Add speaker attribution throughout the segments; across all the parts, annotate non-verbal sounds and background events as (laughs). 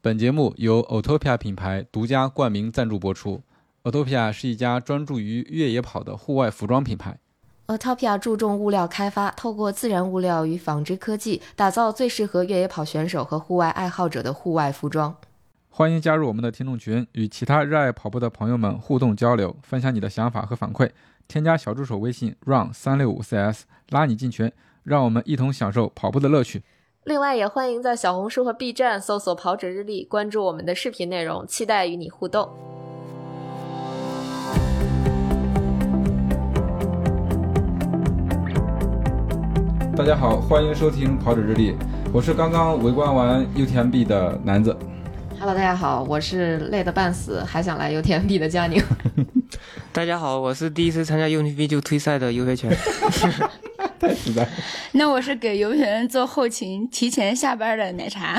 Speaker 1: 本节目由 Autopia 品牌独家冠名赞助播出。Autopia 是一家专注于越野跑的户外服装品牌。
Speaker 2: Autopia 呃注重物料开发，透过自然物料与纺织科技，打造最适合越野跑选手和户外爱好者的户外服装。
Speaker 1: 欢迎加入我们的听众群，与其他热爱跑步的朋友们互动交流，分享你的想法和反馈。添加小助手微信 run 三六五 cs，拉你进群，让我们一同享受跑步的乐趣。
Speaker 2: 另外，也欢迎在小红书和 B 站搜索“跑者日历”，关注我们的视频内容，期待与你互动。
Speaker 1: 大家好，欢迎收听跑者日历，我是刚刚围观完 UTMB 的南子。
Speaker 2: Hello，大家好，我是累得半死还想来 UTMB 的佳宁。
Speaker 3: 大家好，我是第一次参加 UTMB 就退赛的尤飞全。
Speaker 1: 太哎实在了，
Speaker 4: (laughs) 那我是给游人做后勤，提前下班的奶茶。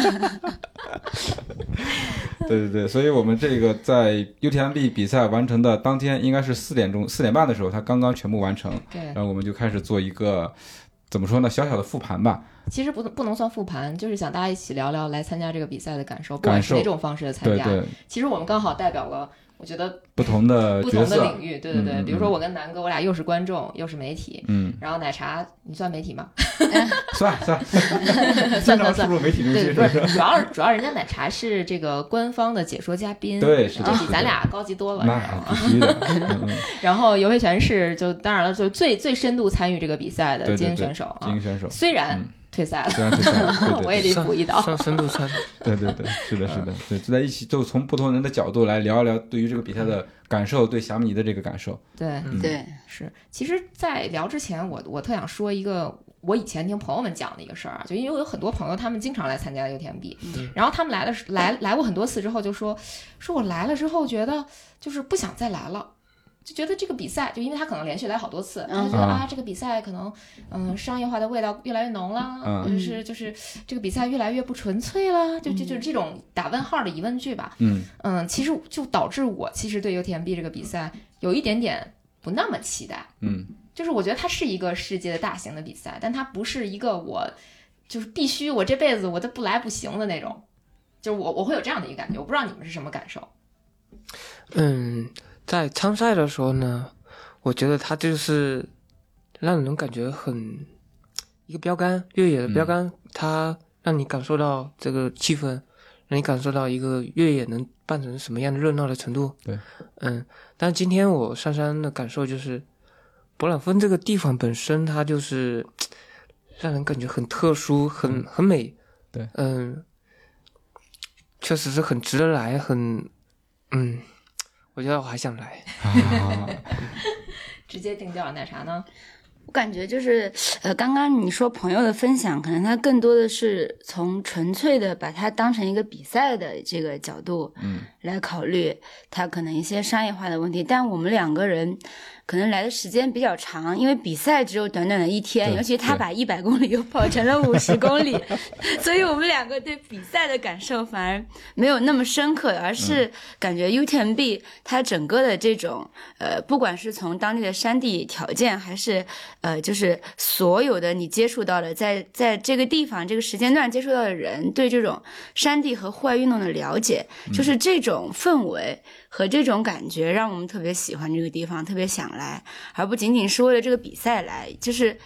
Speaker 2: (laughs)
Speaker 1: 对对对，所以我们这个在 UTMB 比赛完成的当天，应该是四点钟、四点半的时候，它刚刚全部完成，
Speaker 2: 对
Speaker 1: 然，后我们就开始做一个怎么说呢，小小的复盘吧。
Speaker 2: (laughs) 其实不不能算复盘，就是想大家一起聊聊来参加这个比赛的感受，不
Speaker 1: 感
Speaker 2: 管是
Speaker 1: 受
Speaker 2: 哪种方式的参
Speaker 1: 对
Speaker 2: 加。
Speaker 1: 对，
Speaker 2: 其实我们刚好代表了，我觉得
Speaker 1: 不同的
Speaker 2: 不
Speaker 1: 角
Speaker 2: 同的
Speaker 1: 色
Speaker 2: 领，域，对对对。
Speaker 1: 嗯嗯
Speaker 2: 比如说我跟南哥，我俩又是观众，又是媒体。
Speaker 1: 嗯，
Speaker 2: 然后奶茶，你算媒体
Speaker 1: (laughs)
Speaker 2: 吗？
Speaker 1: 算算
Speaker 2: (laughs) 算
Speaker 1: 经常
Speaker 2: 算
Speaker 1: 输
Speaker 2: 算，
Speaker 1: 入媒体中
Speaker 2: 对，
Speaker 1: 心，
Speaker 2: 不是，主要是主要人家奶茶是这个官方的解说嘉宾，
Speaker 1: 对是的
Speaker 2: 这
Speaker 1: 是
Speaker 2: 比
Speaker 1: 的
Speaker 2: 咱俩高级多 (laughs) 了。
Speaker 1: 那必须的。嗯嗯，
Speaker 2: 然后游蕙璇是就当然了，就是最最深度参与这个比赛的
Speaker 1: 对对
Speaker 2: 精英
Speaker 1: 对
Speaker 2: 选手啊，
Speaker 1: 精英选手，
Speaker 2: 虽然
Speaker 1: 嗯
Speaker 2: 退赛了，
Speaker 1: 虽然是这样，对
Speaker 2: (laughs) 我也嗯
Speaker 1: 对
Speaker 2: 得
Speaker 3: 算
Speaker 2: 补一刀。
Speaker 3: 算深度算，
Speaker 1: 对对对，是的，是的，对，就在一起，就从不同人的角度来聊一聊对于这个比赛的感受，对霞米尼的这个感受。
Speaker 2: 对，
Speaker 1: 嗯，
Speaker 4: (laughs) (laughs) 对，
Speaker 2: 是，其实，在聊之前，我我特想说一个我以前听朋友们讲的一个事儿啊，就因为我有很多朋友，他们经常来参加 UTMB，、
Speaker 3: 嗯
Speaker 2: 然后他们来的时来来过很多次之后，就说说我来了之后觉得就是不想再来了。就觉得这个比赛，就因为他可能连续来好多次，他就觉得
Speaker 1: 嗯
Speaker 2: 啊，这个比赛可能，嗯，商业化的味道越来越浓啦，
Speaker 1: 嗯
Speaker 2: 或者是就是这个比赛越来越不纯粹啦，就就就是这种打问号的疑问句吧。
Speaker 1: 嗯，
Speaker 2: 嗯，其实就导致我其实对 UTMB 这个比赛有一点点不那么期待。 (laughs)
Speaker 1: 嗯，
Speaker 2: 就是我觉得它是一个世界的大型的比赛，但它不是一个我就是必须我这辈子我都不来不行的那种。就是我我会有这样的一个感觉，我不知道你们是什么感受。
Speaker 3: 嗯，在参赛的时候呢，我觉得它就是让人感觉很一个标杆，越野的
Speaker 1: 嗯
Speaker 3: 标杆，它让你感受到这个气氛，让你感受到一个越野能办成什么样的热闹的程度。
Speaker 1: 对，
Speaker 3: 嗯，但今天我上山的感受就是，勃朗峰这个地方本身它就是让人感觉很特殊，很很美。
Speaker 1: 嗯对，
Speaker 3: 嗯，确实是很值得来，很嗯。我觉得我还想来，
Speaker 1: 啊，
Speaker 2: 直接定调奶茶呢？
Speaker 4: 我感觉就是，呃，刚刚你说朋友的分享，可能他更多的是从纯粹的把它当成一个比赛的这个角度
Speaker 1: 嗯，
Speaker 4: 来考虑，他可能一些商业化的问题。但我们两个人可能来的时间比较长，因为比赛只有短短的一天，
Speaker 1: 对
Speaker 4: 尤其他
Speaker 1: 对
Speaker 4: 把一百公里又跑成了五十公里， (laughs) 所以我们两个对比赛的感受反而没有那么深刻，而
Speaker 1: 嗯
Speaker 4: 是感觉 UTMB 它整个的这种呃，不管是从当地的山地条件，还是呃，就是所有的你接触到的，在在这个地方这个时间段接触到的人，对这种山地和户外运动的了解，
Speaker 1: 嗯
Speaker 4: 就是这种氛围和这种感觉，让我们特别喜欢这个地方，特别想来，而不仅仅是为了这个比赛来，就是。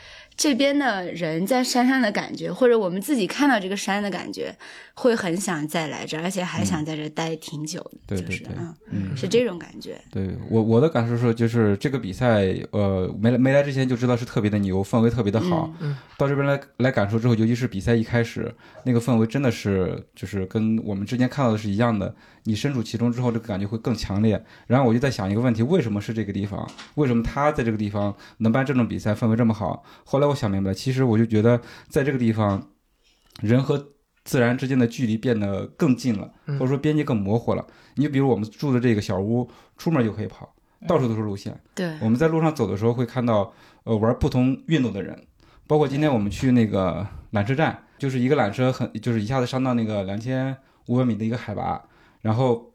Speaker 4: 这边的人在山上的感觉，或者我们自己看到这个山的感觉，会很想再来这儿，而且还想在这儿待挺久
Speaker 1: 嗯
Speaker 4: 的，
Speaker 1: 对
Speaker 4: 就
Speaker 1: 对
Speaker 4: 是
Speaker 1: 对，
Speaker 4: 嗯，
Speaker 1: 嗯。
Speaker 4: 是这种感觉。
Speaker 1: 对我我的感受是，就是这个比赛，呃，没来没来之前就知道是特别的牛，氛围特别的好。
Speaker 3: 嗯嗯
Speaker 1: 到这边来来感受之后，尤其是比赛一开始，那个氛围真的是就是跟我们之前看到的是一样的。你身处其中之后，这个感觉会更强烈。然后我就在想一个问题：为什么是这个地方？为什么他在这个地方能办这种比赛，氛围这么好？后来我想明白了，其实我就觉得在这个地方，人和自然之间的距离变得更近了，
Speaker 3: 嗯
Speaker 1: 或者说边界更模糊了。你就比如我们住的这个小屋，出门就可以跑，到处都是路线。
Speaker 4: 对，
Speaker 1: 我们在路上走的时候会看到，呃，玩不同运动的人，包括今天我们去那个缆车站，就是一个缆车很，就是一下子上到那个两千五百米的一个海拔，然后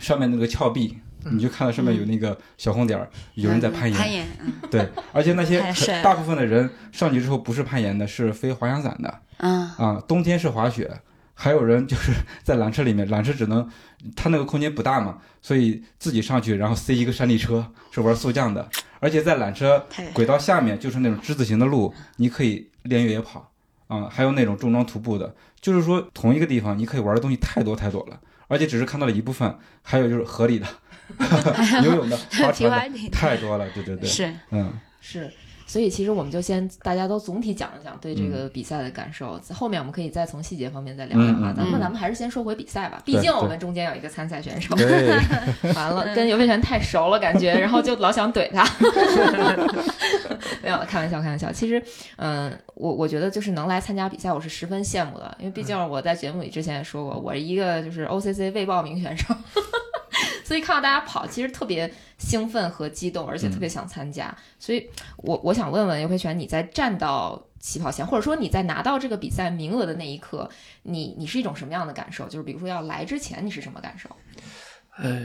Speaker 1: 上面那个峭壁，你就看到上面有那个小红点儿，有人在攀岩，
Speaker 4: 攀岩，嗯
Speaker 1: 对，而且那些
Speaker 4: 太帅了
Speaker 1: 大部 (laughs) 啊分的人上去之后不是攀岩的，是飞滑翔伞的
Speaker 4: 嗯
Speaker 1: 啊、冬天是滑雪。还有人就是 (laughs) 在缆车里面，缆车只能它那个空间不大嘛，所以自己上去，然后塞一个山地车，是玩速降的。而且在缆车 (laughs)
Speaker 4: 太
Speaker 1: 轨道下面就是那种之字形的路，你可以练越野跑啊、还有那种重装徒步的，就是说同一个地方你可以玩的东西太多太多了，而且只是看到了一部分，还有就是河里的、 (laughs) 游泳的、划
Speaker 4: (laughs) 皮划
Speaker 1: 船
Speaker 4: 艇
Speaker 1: 的，太多了，对对对，
Speaker 4: 是
Speaker 1: 嗯，
Speaker 2: 是，所以其实我们就先大家都总体讲一讲对这个比赛的感受，后面我们可以再从细节方面再聊聊啊
Speaker 1: 嗯嗯嗯。
Speaker 2: 咱们
Speaker 4: 嗯
Speaker 2: 咱们还是先说回比赛吧，毕
Speaker 1: 对
Speaker 2: 竟
Speaker 1: 对
Speaker 2: 我们中间有一个参赛选手，
Speaker 1: 对，
Speaker 2: 完了跟游佩璇太熟了，感觉，然后就老想怼他。 (laughs) 没有，开玩笑，开玩笑。其实，嗯，我我觉得就是能来参加比赛，我是十分羡慕的，因为毕竟我在节目里之前也说过，我是一个就是 OCC 未报名选手， (laughs) 所以看到大家跑，其实特别兴奋和激动，而且特别想参加。所以我我想问问尤佩璇，你在站到起跑线，或者说你在拿到这个比赛名额的那一刻，你你是一种什么样的感受？就是比如说要来之前，你是什么感受？
Speaker 3: 呃，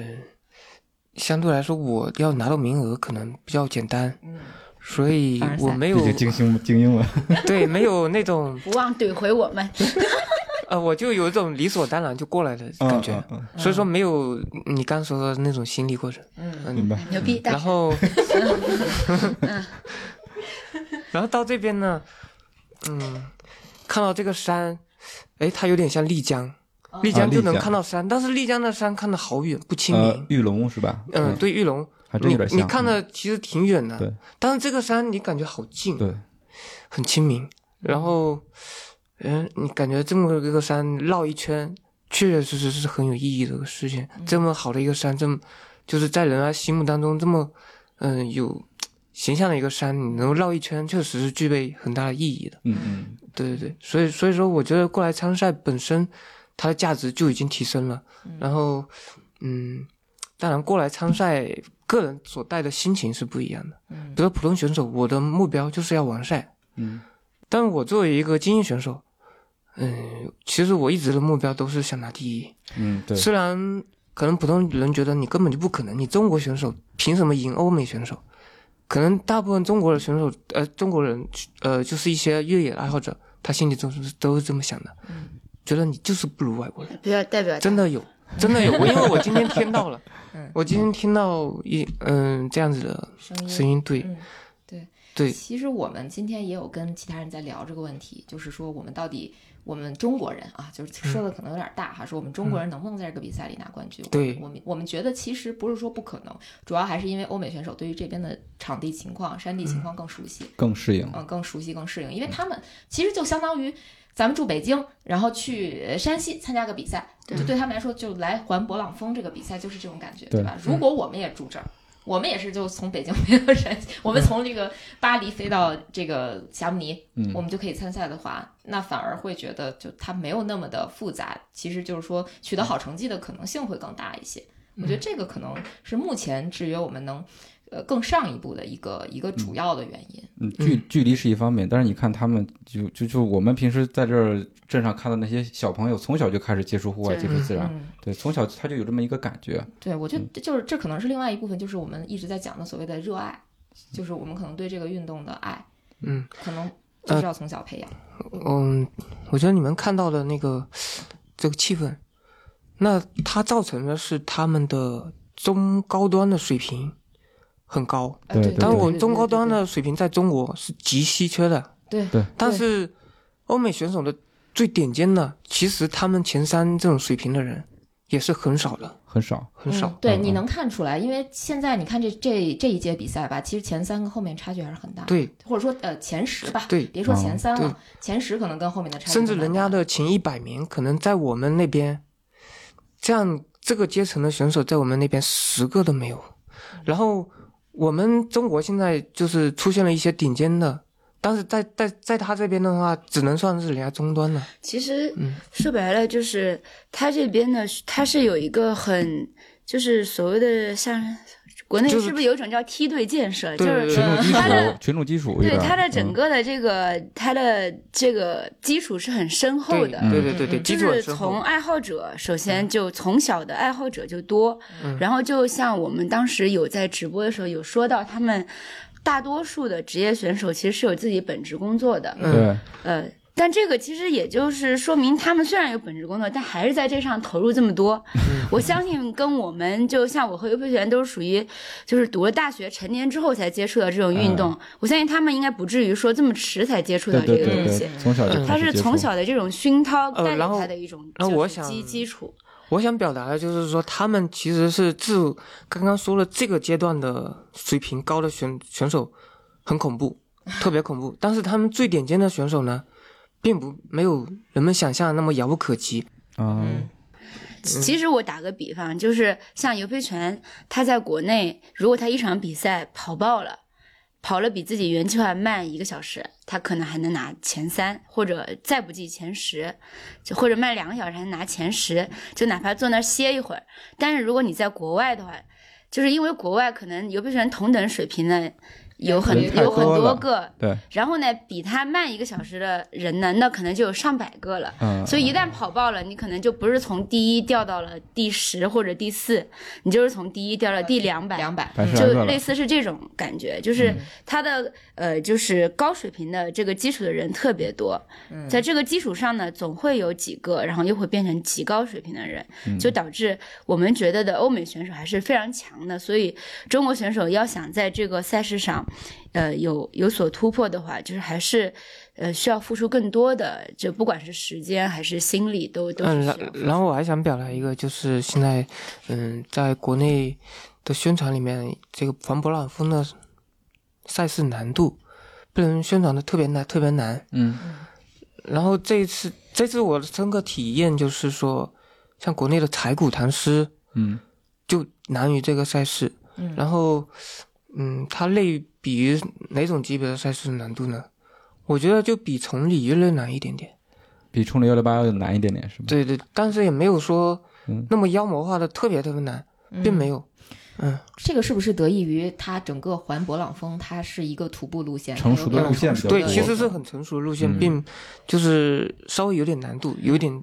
Speaker 3: 相对来说，我要拿到名额可能比较简单，
Speaker 2: 嗯，
Speaker 3: 所以
Speaker 2: 凡尔赛
Speaker 3: 我没有
Speaker 1: 毕竟精英精英了，
Speaker 3: 对没有那种
Speaker 4: 不忘怼回我们。
Speaker 3: 呃，我就有一种理所当然就过来的感觉，
Speaker 1: 嗯嗯嗯
Speaker 3: 所以说没有你刚说的那种心理过程。
Speaker 2: 嗯
Speaker 3: 嗯
Speaker 1: 明白。
Speaker 4: 牛逼！
Speaker 3: 然 (laughs) 后，嗯 (laughs) 然后到这边呢，嗯，看到这个山，哎，它有点像丽江，丽江就
Speaker 1: 啊丽
Speaker 3: 能
Speaker 1: 江
Speaker 3: 看到山，但是丽江的山看得好远，不亲
Speaker 1: 呃
Speaker 3: 民，。
Speaker 1: 玉龙是吧？
Speaker 3: 嗯，，对，玉龙，
Speaker 1: 还真
Speaker 3: 你
Speaker 1: 有点像。
Speaker 3: 你看
Speaker 1: 嗯
Speaker 3: 的其实挺远的，
Speaker 1: 对
Speaker 3: 但是这个山你感觉好近，
Speaker 1: 对，
Speaker 3: 很亲民。然后，嗯，你感觉这么一个山绕一圈，确确实实是很有意义的一个事情。这么好的一个山，这么就是在人家心目当中这么，嗯、有形象的一个山，你能绕一圈，确实是具备很大的意义的。
Speaker 1: 嗯嗯，
Speaker 3: 对对对，所以所以说，我觉得过来参赛本身它的价值就已经提升了。然后，嗯，当然过来参赛，个人所带的心情是不一样的。
Speaker 2: 嗯
Speaker 3: 比如普通选手，我的目标就是要完赛。
Speaker 1: 嗯，
Speaker 3: 但我作为一个精英选手，嗯，其实我一直的目标都是想拿第一。
Speaker 1: 嗯，对，
Speaker 3: 虽然可能普通人觉得你根本就不可能，你中国选手凭什么赢欧美选手？可能大部分中国的选手，呃，中国人，呃，就是一些越野爱好者，他心里总是都是这么想的，觉得你就是不如外国人。
Speaker 4: 不要代表
Speaker 3: 真的有，真的有，我因为我今天听到了
Speaker 2: 嗯，
Speaker 3: 我今天听到一嗯、这样子的
Speaker 2: 声音，
Speaker 3: 声音，对
Speaker 2: 嗯
Speaker 3: 对，
Speaker 2: 其实我们今天也有跟其他人在聊这个问题，就是说我们到底我们中国人啊，就是说的可能有点大哈，说我们中国人能不能在这个比赛里拿冠军？
Speaker 3: 对
Speaker 2: 我们我们觉得其实不是说不可能，主要还是因为欧美选手对于这边的场地情况、山地情况更熟悉，
Speaker 1: 更适应。
Speaker 2: 嗯，更熟悉、更适应，因为他们其实就相当于咱们住北京，然后去呃山西参加个比赛，就对他们来说，就来环勃朗峰这个比赛就是这种感觉，对
Speaker 1: 对
Speaker 2: 嗯吧？如果我们也住这儿。我们也是，就从北京飞到山西，我们从这个巴黎飞到这个霞慕尼，
Speaker 1: 嗯
Speaker 2: 我们就可以参赛的话，那反而会觉得就它没有那么的复杂，其实就是说取得好成绩的可能性会更大一些。我觉得这个可能是目前制约我们能呃更上一步的一个一个主要的原因。
Speaker 1: 嗯，距距离是一方面，但是你看他们就就就我们平时在这儿镇上看到那些小朋友，从小就开始接触户外，
Speaker 4: 对
Speaker 1: 接触自然，
Speaker 2: 嗯，
Speaker 1: 对，从小他就有这么一个感觉。
Speaker 2: 对，我
Speaker 3: 嗯
Speaker 2: 觉得就是这可能是另外一部分，就是我们一直在讲的所谓的热爱，就是我们可能对这个运动的爱，
Speaker 3: 嗯，
Speaker 2: 可能就是要从小培养。
Speaker 3: 嗯，我觉得你们看到的那个这个气氛，那它造成的是他们的中高端的水平很高，
Speaker 2: 呃
Speaker 1: 对对
Speaker 3: 但
Speaker 1: 对
Speaker 3: 我们中高端的水平在中国是极稀缺的，
Speaker 2: 对
Speaker 1: 对
Speaker 3: 但是欧美选手的最顶尖的，其实他们前三这种水平的人也是很少的，
Speaker 1: 很少，
Speaker 3: 很少。
Speaker 2: 嗯对，
Speaker 1: 嗯
Speaker 2: 你
Speaker 1: 嗯
Speaker 2: 能看出来，因为现在你看这这这一届比赛吧，其实前三跟后面差距还是很大。，
Speaker 3: 对，
Speaker 2: 或者说呃前十吧，
Speaker 3: 对
Speaker 2: 别说前三
Speaker 3: 嗯对
Speaker 2: 了，前十可能跟后面的差距
Speaker 3: 甚至
Speaker 2: 更大
Speaker 3: 人家的前一百名，可能在我们那边，这样这个阶层的选手在我们那边十个都没有。
Speaker 4: 嗯
Speaker 3: 然后我们中国现在就是出现了一些顶尖的，但是在在在他这边的话，只能算是人家终端了。
Speaker 4: 其实
Speaker 3: 嗯
Speaker 4: 说白了，就是他这边呢，他是有一个很，就是所谓的像国内
Speaker 3: 就是
Speaker 4: 是不是有一种叫梯队建设，
Speaker 3: 对
Speaker 4: 就是
Speaker 3: 对
Speaker 1: 群
Speaker 3: 对
Speaker 1: 众基
Speaker 4: 他的
Speaker 1: 础，群众基础有
Speaker 4: 对
Speaker 1: 点儿。
Speaker 4: 它的整
Speaker 1: 嗯
Speaker 4: 个的这个它的这个基础是很深厚的，
Speaker 3: 对对对对，
Speaker 2: 嗯
Speaker 3: 基
Speaker 4: 就
Speaker 3: 础很
Speaker 4: 是
Speaker 3: 深
Speaker 4: 从
Speaker 3: 厚。嗯
Speaker 4: 爱好者，首先就从小的爱好者就多，然后就像我们当时有在直播的时候有说到，
Speaker 3: 嗯
Speaker 4: 他们大多数的职业选手其实是有自己本职工作的，
Speaker 1: 对
Speaker 4: 呃，但这个其实也就是说明，他们虽然有本职工作，但还是在这上投入这么多。
Speaker 1: 嗯
Speaker 4: 我相信跟我们就像我和尤佩璇都是属于，就是读了大学成年之后才接触到这种运动。我相信他们应该不至于说这么迟才接触到
Speaker 1: 嗯对
Speaker 4: 这
Speaker 1: 对
Speaker 4: 个
Speaker 1: 对
Speaker 4: 东
Speaker 1: 对
Speaker 4: 西。，
Speaker 1: 从小就开
Speaker 3: 嗯
Speaker 4: 他
Speaker 1: 始
Speaker 4: 是
Speaker 1: 接
Speaker 4: 从
Speaker 1: 触啊
Speaker 4: 小的这种熏陶
Speaker 3: 呃
Speaker 4: 带
Speaker 3: 然
Speaker 4: 给
Speaker 3: 后
Speaker 4: 他的一种
Speaker 3: 然后
Speaker 4: 就
Speaker 3: 我
Speaker 4: 是
Speaker 3: 想
Speaker 4: 基基础。
Speaker 3: 我想表达的就是说，他们其实是自刚刚说了这个阶段的水平高的选选手很恐怖，特别恐怖。但是他们最顶尖的选手呢，并不没有人们想象的那么遥不可及。
Speaker 1: 啊，
Speaker 2: 嗯
Speaker 4: 其实我打个比方，就是像尤佩全，他在国内，如果他一场比赛跑爆了，跑了比自己原计划慢一个小时，他可能还能拿前三，或者再不济前十，就或者慢两个小时还能拿前十，就哪怕坐那儿歇一会儿。但是如果你在国外的话，就是因为国外可能尤佩全同等水平的有很
Speaker 1: 哎人太
Speaker 4: 有很
Speaker 1: 多了
Speaker 4: 多个，
Speaker 1: 对，
Speaker 4: 然后呢，比他慢一个小时的人呢，那可能就有上百个了。
Speaker 1: 嗯，
Speaker 4: 所以一旦跑爆了，你可能就不是从第一掉到了第十或者第四，你就是从第一掉到第两百，
Speaker 2: 两百，
Speaker 1: 白
Speaker 2: 嗯
Speaker 1: 痴
Speaker 4: 就类似是这种感觉，就是他的呃，就是高水平的这个基础的人特别多，在这个基础上呢，总会有几个，然后又会变成极高水平的人，就导致我们觉得的欧美选手还是非常强的，所以中国选手要想在这个赛事上，呃，有有所突破的话，就是还是。呃，需要付出更多的，就不管是时间还是心力，都都是
Speaker 3: 嗯，
Speaker 4: 需要
Speaker 3: 然
Speaker 4: 付出。
Speaker 3: 然后我还想表达一个，就是现在，嗯，在国内的宣传里面，这个环勃朗峰的赛事难度被人宣传的特别难，特别难。
Speaker 1: 嗯
Speaker 3: 然后这一次，这次我的深刻体验就是说，像国内的踩骨唐诗
Speaker 1: 嗯
Speaker 3: 就难于这个赛事。
Speaker 2: 嗯
Speaker 3: 然后，嗯，它类比于哪种级别的赛事难度呢？我觉得就比崇礼越来越难一点点。
Speaker 1: 比冲了幺六八要难一点点是吧？
Speaker 3: 对对，但是也没有说
Speaker 1: 嗯
Speaker 3: 那么妖魔化的特别特别难，并没有。嗯，
Speaker 2: 这个是不是得益于它整个环勃朗峰，它是一个徒步路线，
Speaker 1: 成熟的
Speaker 2: 它有
Speaker 1: 路线
Speaker 2: 比
Speaker 1: 比
Speaker 2: 较
Speaker 3: 对，
Speaker 1: 较
Speaker 2: 成熟
Speaker 1: 多
Speaker 3: 其
Speaker 2: 的
Speaker 3: 实是很成熟的路线，
Speaker 1: 嗯
Speaker 3: 并就是稍微有点难度，有点，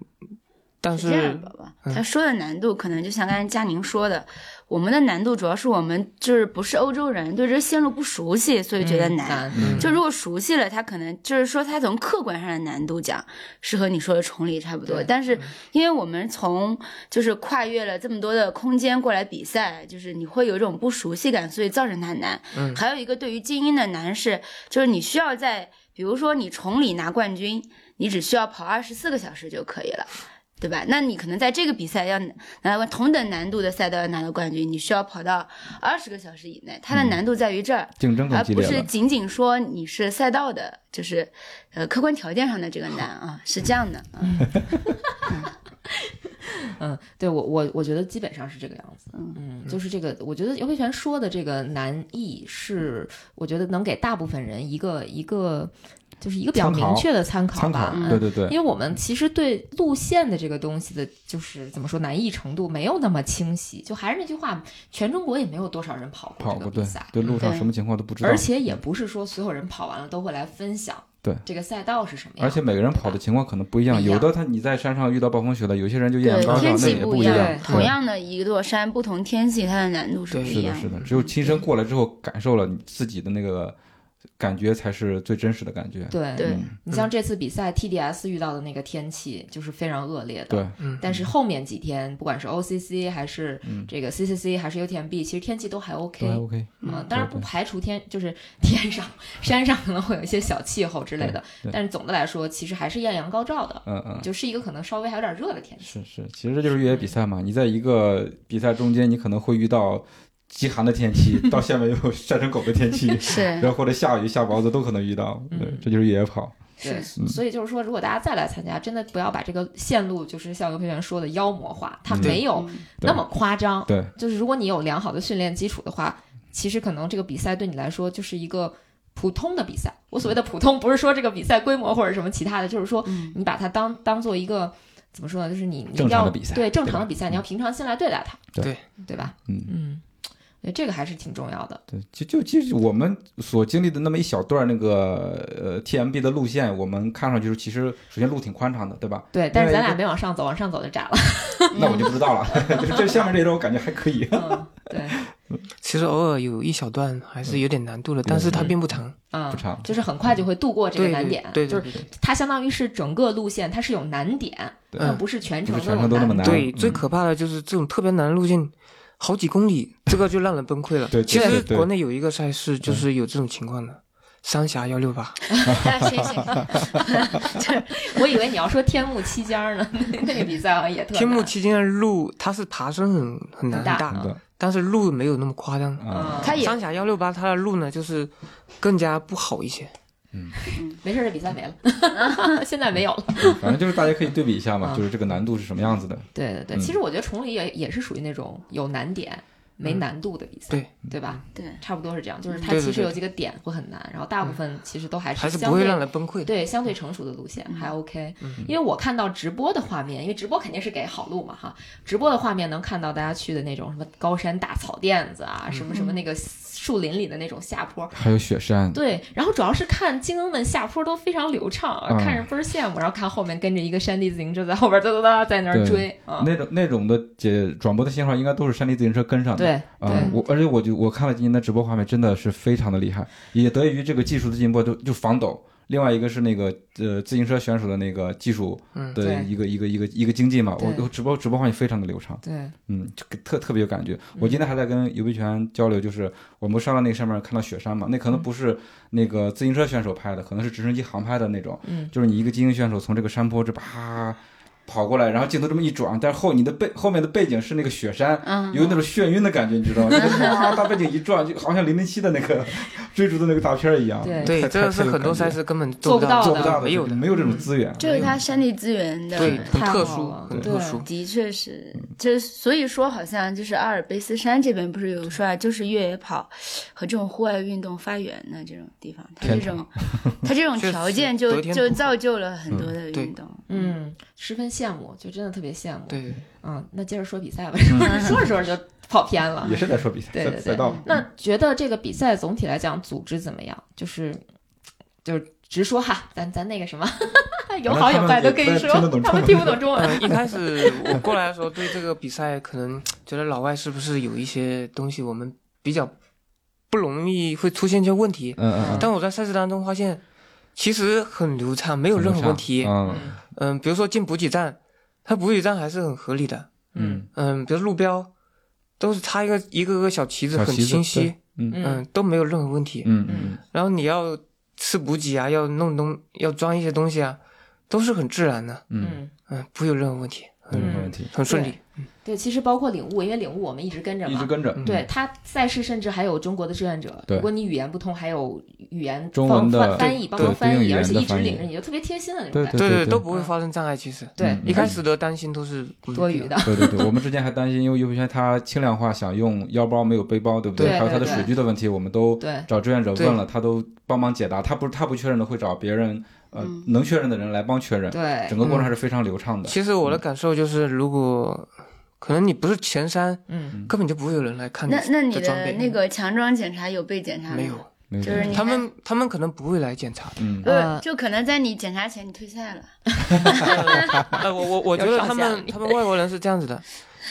Speaker 3: 但
Speaker 4: 是这样
Speaker 3: 是
Speaker 4: 的吧，他说的难度可能就像刚才佳宁说的，我们的难度主要是我们就是不是欧洲人，对这线路不熟悉，所以觉得
Speaker 2: 嗯
Speaker 4: 难。
Speaker 1: 嗯
Speaker 4: 就如果熟悉了，他可能就是说，他从客观上的难度讲，是和你说的崇礼差不多。
Speaker 2: 对
Speaker 4: 但是，因为我们从就是跨越了这么多的空间过来比赛，就是你会有一种不熟悉感，所以造成它难。
Speaker 3: 嗯
Speaker 4: 还有一个对于精英的难是，就是你需要在比如说你崇礼拿冠军，你只需要跑二十四个小时就可以了。对吧？那你可能在这个比赛要拿拿到同等难度的赛道要拿到冠军，你需要跑到二十个小时以内。它的
Speaker 1: 嗯
Speaker 4: 难度在于这儿，
Speaker 1: 竞争更
Speaker 4: 而
Speaker 1: 激
Speaker 4: 不
Speaker 1: 烈
Speaker 4: 是
Speaker 1: 了。
Speaker 4: 仅仅说你是赛道的，就是呃客观条件上的这个难啊，是这样的啊。
Speaker 2: 嗯，对我我我觉得基本上是这个样子。嗯，就是这个，我觉得尤佩全说的这个难易是，我觉得能给大部分人一个一个，就是一个比较
Speaker 1: 参考
Speaker 2: 明确的参考
Speaker 1: 参考
Speaker 2: 吧。嗯
Speaker 1: 对对对，
Speaker 2: 因为我们其实对路线的这个东西的，就是怎么说难易程度没有那么清晰。就还是那句话，全中国也没有多少人跑过
Speaker 1: 跑
Speaker 2: 这个
Speaker 1: 过
Speaker 2: 比
Speaker 1: 对
Speaker 2: 赛，
Speaker 1: 对，路上
Speaker 4: 对
Speaker 1: 什么情况都不知道嗯
Speaker 2: 而，且也不是说所有人跑完了都会来分享
Speaker 1: 对
Speaker 2: 这个赛道是什么样的。
Speaker 1: 而且每个人跑的情况可能不一样，
Speaker 2: 不一样
Speaker 1: 有的他你在山上遇到暴风雪了，有些人就艳阳高
Speaker 4: 对，
Speaker 1: 照，
Speaker 4: 天
Speaker 1: 那
Speaker 4: 气
Speaker 1: 也
Speaker 4: 一
Speaker 1: 一
Speaker 2: 对
Speaker 1: 对
Speaker 4: 同样的一座山，不同天气，它的难度是不
Speaker 3: 对
Speaker 4: 一
Speaker 1: 是的，
Speaker 4: 样
Speaker 1: 是的，只有亲身过来之后，感受了你自己的那个感觉，才是最真实的感觉。
Speaker 2: 对
Speaker 4: 对
Speaker 1: 嗯
Speaker 2: 你像这次比赛 TDS 遇到的那个天气就是非常恶劣的，
Speaker 1: 对，
Speaker 3: 嗯，
Speaker 2: 但是后面几天，不管是 OCC 还是这个 CCC 还是 UTMB，其实天气都还 OK
Speaker 1: 都还 OK。
Speaker 2: 啊、当然
Speaker 1: 对
Speaker 2: 不
Speaker 1: 对
Speaker 2: 排除天就是天上 (laughs) 山上可能会有一些小气候之类的
Speaker 1: 对对，
Speaker 2: 但是总的来说其实还是艳阳高照的，
Speaker 1: 嗯嗯，
Speaker 2: 就是一个可能稍微还有点热的天气。
Speaker 1: 是是，其实这就是越野比赛嘛。你在一个比赛中间，你可能会遇到极寒的天气，到下面又晒成狗的天气，
Speaker 4: 是
Speaker 1: (laughs) 然后或者下雨下雹子都可能遇到。对
Speaker 2: 嗯，
Speaker 1: 这就是越野跑。
Speaker 2: 对，
Speaker 4: 是
Speaker 1: 嗯
Speaker 2: 所以就是说，如果大家再来参加，真的不要把这个线路就是像游培员说的妖魔化，它
Speaker 1: 嗯
Speaker 2: 没有
Speaker 4: 嗯
Speaker 2: 那么夸张，
Speaker 1: 对，
Speaker 2: 就是如果你有良好的训练基础的话，其实可能这个比赛对你来说就是一个普通的比赛。我所谓的普通，不是说这个比赛规模或者什么其他的，就是说
Speaker 4: 嗯
Speaker 2: 你把它当当做一个怎么说呢？就是你你
Speaker 1: 正常
Speaker 2: 要
Speaker 1: 的比赛
Speaker 2: 对正
Speaker 1: 对吧嗯
Speaker 2: 常的比赛，你要平常心来对待它，
Speaker 1: 对
Speaker 2: 对吧？
Speaker 1: 嗯
Speaker 2: 嗯，我觉得这个还是挺重要的。
Speaker 1: 对，就就其实我们所经历的那么一小段那个呃 TMB 的路线，我们看上去是其实首先路挺宽敞的，对吧？ (laughs)
Speaker 2: 对，但是咱
Speaker 1: 另外一
Speaker 2: 俩
Speaker 1: 个
Speaker 2: 没往
Speaker 1: (laughs)
Speaker 2: 上走，往上走就窄了。 (laughs)
Speaker 1: 那我就不知道了，就是这下面这一段我感觉还可以。
Speaker 2: 嗯，对，
Speaker 3: 其实偶尔有一小段还是有点难度的，但是它并不长。
Speaker 2: 嗯，
Speaker 1: 不长
Speaker 2: 就是很快就会度过这个
Speaker 3: 对
Speaker 2: 难
Speaker 3: 对
Speaker 2: 点，
Speaker 3: 对对
Speaker 2: 就是它相当于是整个路线它是有难点，
Speaker 1: 对
Speaker 3: 嗯
Speaker 2: 但不是全程
Speaker 1: 不是全程都那么难
Speaker 3: 对，
Speaker 1: 嗯
Speaker 3: 最可怕的就是这种特别难的路径，好几公里，这个就让人崩溃了。
Speaker 1: 对对
Speaker 3: 其
Speaker 1: 对
Speaker 3: 实
Speaker 1: 对嗯
Speaker 3: 国内有一个赛事就是有这种情况的，三峡幺
Speaker 2: (laughs)
Speaker 3: 六八。
Speaker 4: 那谁行？
Speaker 1: (laughs)
Speaker 2: 我以为你要说天幕七尖儿呢， (laughs) 那个比赛好像也特
Speaker 3: 天幕
Speaker 2: 难
Speaker 3: 期间的路，它是爬升很很难
Speaker 2: 很大
Speaker 1: 真的
Speaker 3: 但是路没有那么夸张。
Speaker 1: 啊，
Speaker 2: 嗯
Speaker 4: 它也
Speaker 3: 三峡幺六八它的路呢，就是更加不好一些。
Speaker 2: 没事儿，这比赛没了， (laughs) 现在没有了。
Speaker 3: 嗯
Speaker 1: 反正就是大家可以对比一下嘛，
Speaker 2: 嗯
Speaker 1: 就是这个难度是什么样子的。
Speaker 2: 对对对，
Speaker 1: 嗯
Speaker 2: 其实我觉得崇礼也也是属于那种有难点没难度的比赛，
Speaker 3: 嗯对
Speaker 2: 对吧？
Speaker 4: 对，
Speaker 2: 差不多是这样，就是它
Speaker 3: 对对
Speaker 2: 其实
Speaker 3: 对嗯
Speaker 2: 有几个点会很难，然后大部分其实都还
Speaker 3: 还
Speaker 2: 是
Speaker 3: 是
Speaker 2: 相
Speaker 3: 不会
Speaker 2: 对
Speaker 3: 让人嗯崩溃的。
Speaker 2: 对相对成熟的路线，还 OK。因为我看到直播的画面，因为直播肯定是给好路嘛哈，直播的画面能看到大家去的那种什么高山大草甸子啊，什么什么
Speaker 3: 嗯
Speaker 2: 那个树林里的那种下坡。
Speaker 1: 还有雪山，
Speaker 2: 对，然后主要是看精英们下坡都非常流畅，
Speaker 1: 嗯
Speaker 2: 看着倍儿羡慕，然后看后面跟着一个山地自行车在后边哒哒哒在那儿
Speaker 1: 对
Speaker 2: 追啊，
Speaker 1: 那种那种的解转播的信号应该都是山地自行车跟上的。
Speaker 2: 对
Speaker 1: 啊、
Speaker 2: 对
Speaker 1: 我而且我就我看了今年的直播画面，真的是非常的厉害，也得益于这个技术的进步，就就防抖。另外一个是那个呃自行车选手的那个技术
Speaker 3: 嗯
Speaker 1: 的
Speaker 2: 对
Speaker 1: 一个、一个一个一个经济嘛，
Speaker 2: 对
Speaker 1: 我我直播直播画面非常的流畅，
Speaker 2: 对，
Speaker 1: 嗯，就给特特别有感觉。
Speaker 2: 嗯
Speaker 1: 我今天还在跟尤碧泉交流，就是我们上到那个上面看到雪山嘛，那可
Speaker 2: 嗯
Speaker 1: 能不是那个自行车选手拍的，可能是直升机航拍的那种，
Speaker 2: 嗯，
Speaker 1: 就是你一个精英选手从这个山坡这啪跑过来，然后镜头这么一转，但是后你的背后面的背景是那个雪山，
Speaker 4: 嗯，
Speaker 1: 有那种眩晕的感觉，你知道吗？
Speaker 2: (laughs)
Speaker 1: 就是哇，大背景一转，就好像零零七的那个 (laughs) 追逐的那个大片儿一样。
Speaker 2: 对
Speaker 3: 对，
Speaker 1: 太
Speaker 3: 这个是很多赛。事根本
Speaker 2: 做
Speaker 3: 做
Speaker 2: 不到
Speaker 1: 太太有
Speaker 2: 的
Speaker 1: 感觉做
Speaker 3: 做
Speaker 1: 不
Speaker 3: 到
Speaker 1: 到的，
Speaker 3: 的，没有的，
Speaker 1: 没有这
Speaker 2: 嗯
Speaker 1: 种资源。
Speaker 4: 这是它山地资源的
Speaker 3: 对，很
Speaker 2: 太
Speaker 3: 特
Speaker 2: 好
Speaker 3: 殊
Speaker 2: 了，
Speaker 3: 很
Speaker 2: 对
Speaker 3: 特殊。
Speaker 4: 的确是，这所以说好像就是阿尔卑斯山这边不是有说啊，就是越野跑和这种户外运动发源的这种地方，它这
Speaker 1: 天
Speaker 4: 种它这种
Speaker 3: 确实
Speaker 4: 条件
Speaker 3: 得
Speaker 4: 就
Speaker 3: 天独
Speaker 4: 就
Speaker 3: 厚
Speaker 4: 造就了很多的
Speaker 3: 对
Speaker 4: 运动。
Speaker 3: (laughs)
Speaker 2: 嗯，十分羡慕，就真的特别羡慕。，
Speaker 3: 对，
Speaker 2: 嗯，那接着说比赛吧，说着说着就跑偏了
Speaker 1: 也。是在说比赛
Speaker 2: 对对
Speaker 1: 赛赛道。
Speaker 2: 那觉得这个比赛总体来讲组织怎么样？就是就是直说哈，咱咱那个什么， (laughs) 有好有坏都跟你说，
Speaker 1: 他们也
Speaker 2: 他
Speaker 1: 不太
Speaker 2: 们听不懂中文。
Speaker 3: 嗯，一开始我过来的时候，对这个比赛可能觉得老外是不是有一些东西我们比较不容易会出现一些问题，
Speaker 1: 嗯嗯，
Speaker 3: 但我在赛事当中发现，其实很流畅，没
Speaker 1: 没
Speaker 3: 有任何问题。
Speaker 1: (laughs) 嗯
Speaker 3: 嗯，比如说进补给站，它补给站还是很合理的。
Speaker 1: 嗯
Speaker 3: 嗯，比如路标，都是插一个一个个小旗子，
Speaker 1: 小
Speaker 3: 很
Speaker 1: 旗子
Speaker 3: 清晰。
Speaker 1: 嗯
Speaker 3: 嗯，都没有任何问题。
Speaker 1: 嗯嗯
Speaker 3: 然后你要吃补给啊，要弄东，要装一些东西啊，都是很自然的。
Speaker 1: 嗯，
Speaker 3: 嗯，不会有任何问题，
Speaker 1: 没有问题，
Speaker 3: 很顺利。
Speaker 2: 对，其实包括领悟，因为领悟我们一直跟着
Speaker 1: 一直
Speaker 2: 嘛。
Speaker 1: 跟着。
Speaker 2: 嗯对他赛事甚至还有中国的志愿者，
Speaker 1: 嗯对
Speaker 2: 如果你语言不通，还有语言
Speaker 1: 中
Speaker 2: 帮
Speaker 1: 文的
Speaker 2: 翻翻译帮忙
Speaker 1: 对
Speaker 2: 翻
Speaker 1: 对
Speaker 2: 译，
Speaker 1: 用
Speaker 2: 而
Speaker 1: 语
Speaker 2: 且
Speaker 1: 言的
Speaker 2: 一直
Speaker 1: 翻译
Speaker 2: 领着你，就特别贴心的那种
Speaker 1: 对
Speaker 2: 感觉。
Speaker 1: 对
Speaker 3: 对，都
Speaker 1: 对
Speaker 3: 不会发生障碍。其实
Speaker 2: 对
Speaker 1: 嗯
Speaker 3: 一开始的担心都是嗯
Speaker 2: 多余的。
Speaker 1: 对对对，我们之前还担心，因为尤培轩他轻量化，想用腰包没有背包，对不
Speaker 2: 对
Speaker 1: 还有他的
Speaker 2: 对对
Speaker 1: 水具的问题，我们都
Speaker 2: 对
Speaker 1: 找志愿者
Speaker 3: 对
Speaker 1: 问了，他都帮忙解答。他不他不确认的会找别人呃
Speaker 4: 嗯
Speaker 1: 能确认的人来帮确认，
Speaker 2: 对，
Speaker 1: 整个过程还是非常流畅的。
Speaker 3: 其实我的感受就是，如果可能你不是前三，
Speaker 2: 嗯，
Speaker 3: 根本就不会有人来啊看你
Speaker 4: 那那你
Speaker 3: 装
Speaker 4: 的
Speaker 3: 备。嗯
Speaker 4: 那个强装检查有被检查吗
Speaker 3: 没？有，
Speaker 1: 没有
Speaker 4: 就是你
Speaker 3: 他们他们可能不会来检
Speaker 4: (laughs)
Speaker 3: 查。
Speaker 1: 嗯
Speaker 4: 呃，
Speaker 2: 呃
Speaker 4: 就可能在你检查前你退赛了。
Speaker 3: 呃，我我我觉得他们他们外国人是这样子的，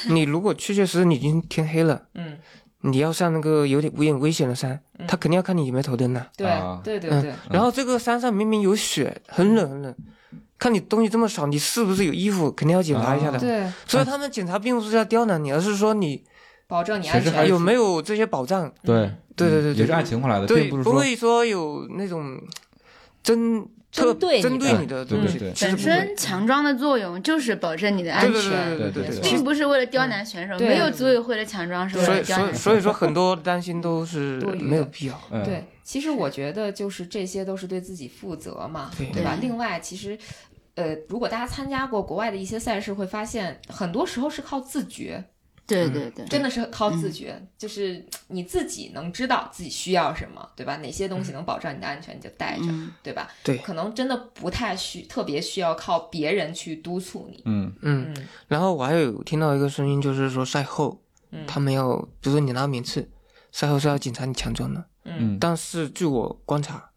Speaker 3: 你如果确确实实你已经天黑了，
Speaker 2: 嗯，
Speaker 3: 你要上那个有点有点危险的山，
Speaker 4: 嗯
Speaker 3: 他肯定要看你有没有头灯的。
Speaker 2: 对
Speaker 1: 啊
Speaker 2: 对对对
Speaker 3: 嗯，，然后这个山上明明有雪，很冷很冷，看你东西这么少，你是不是有衣服，肯定要检查一下
Speaker 1: 啊嗯
Speaker 3: 的。
Speaker 2: 对，
Speaker 3: 所以他们检查并不是要刁难你，而是说你
Speaker 2: 保证你
Speaker 1: 其
Speaker 2: 安
Speaker 1: 实还
Speaker 2: 全。
Speaker 1: 是
Speaker 3: 有没有这些保障。
Speaker 1: 对
Speaker 3: 对对对对
Speaker 1: 嗯也是按情况来的，
Speaker 3: 对，
Speaker 1: 并不是
Speaker 3: 不
Speaker 1: 说
Speaker 3: 会说有那种针特
Speaker 2: 针对你的
Speaker 3: 针对你的
Speaker 1: 对
Speaker 3: 东
Speaker 1: 对
Speaker 3: 西
Speaker 1: 对，
Speaker 3: 其实
Speaker 4: 本
Speaker 3: 不会嗯
Speaker 4: 身强装的作用就是保证你的安
Speaker 3: 对
Speaker 4: 全。
Speaker 3: 对对对对
Speaker 1: 对
Speaker 3: 对
Speaker 1: 对
Speaker 3: 对。
Speaker 4: 并不是为了刁难选手，
Speaker 2: 对
Speaker 4: 没有组委会的强装是为
Speaker 3: 嗯所
Speaker 4: 了
Speaker 3: 以，
Speaker 4: 刁
Speaker 3: 所以，
Speaker 4: 难。
Speaker 3: 所以说很多担心都是
Speaker 2: 多余的
Speaker 3: 没有必要。
Speaker 1: 嗯
Speaker 2: 对，其实我觉得就是这些都是对自己负责嘛，
Speaker 3: 对
Speaker 2: 对吧？
Speaker 4: 对
Speaker 2: 另外，其实。呃，如果大家参加过国外的一些赛事，会发现很多时候是靠自觉，
Speaker 4: 对
Speaker 3: 嗯
Speaker 4: 对对，
Speaker 2: 真的是靠自觉，就是你自己能知道自己需要什么，对吧？哪些东西能保障你的安全，你就带着，
Speaker 4: 嗯，
Speaker 2: 对吧？
Speaker 3: 对
Speaker 2: 可能真的不太需特别需要靠别人去督促你。
Speaker 1: 嗯
Speaker 3: 嗯，
Speaker 2: 嗯
Speaker 3: 然后我还有听到一个声音，就是说赛后
Speaker 2: 嗯，
Speaker 3: 他们要，比如说你拿名次，赛后是要检查你强装的。
Speaker 2: 嗯
Speaker 1: 嗯，
Speaker 3: 但是据我观察，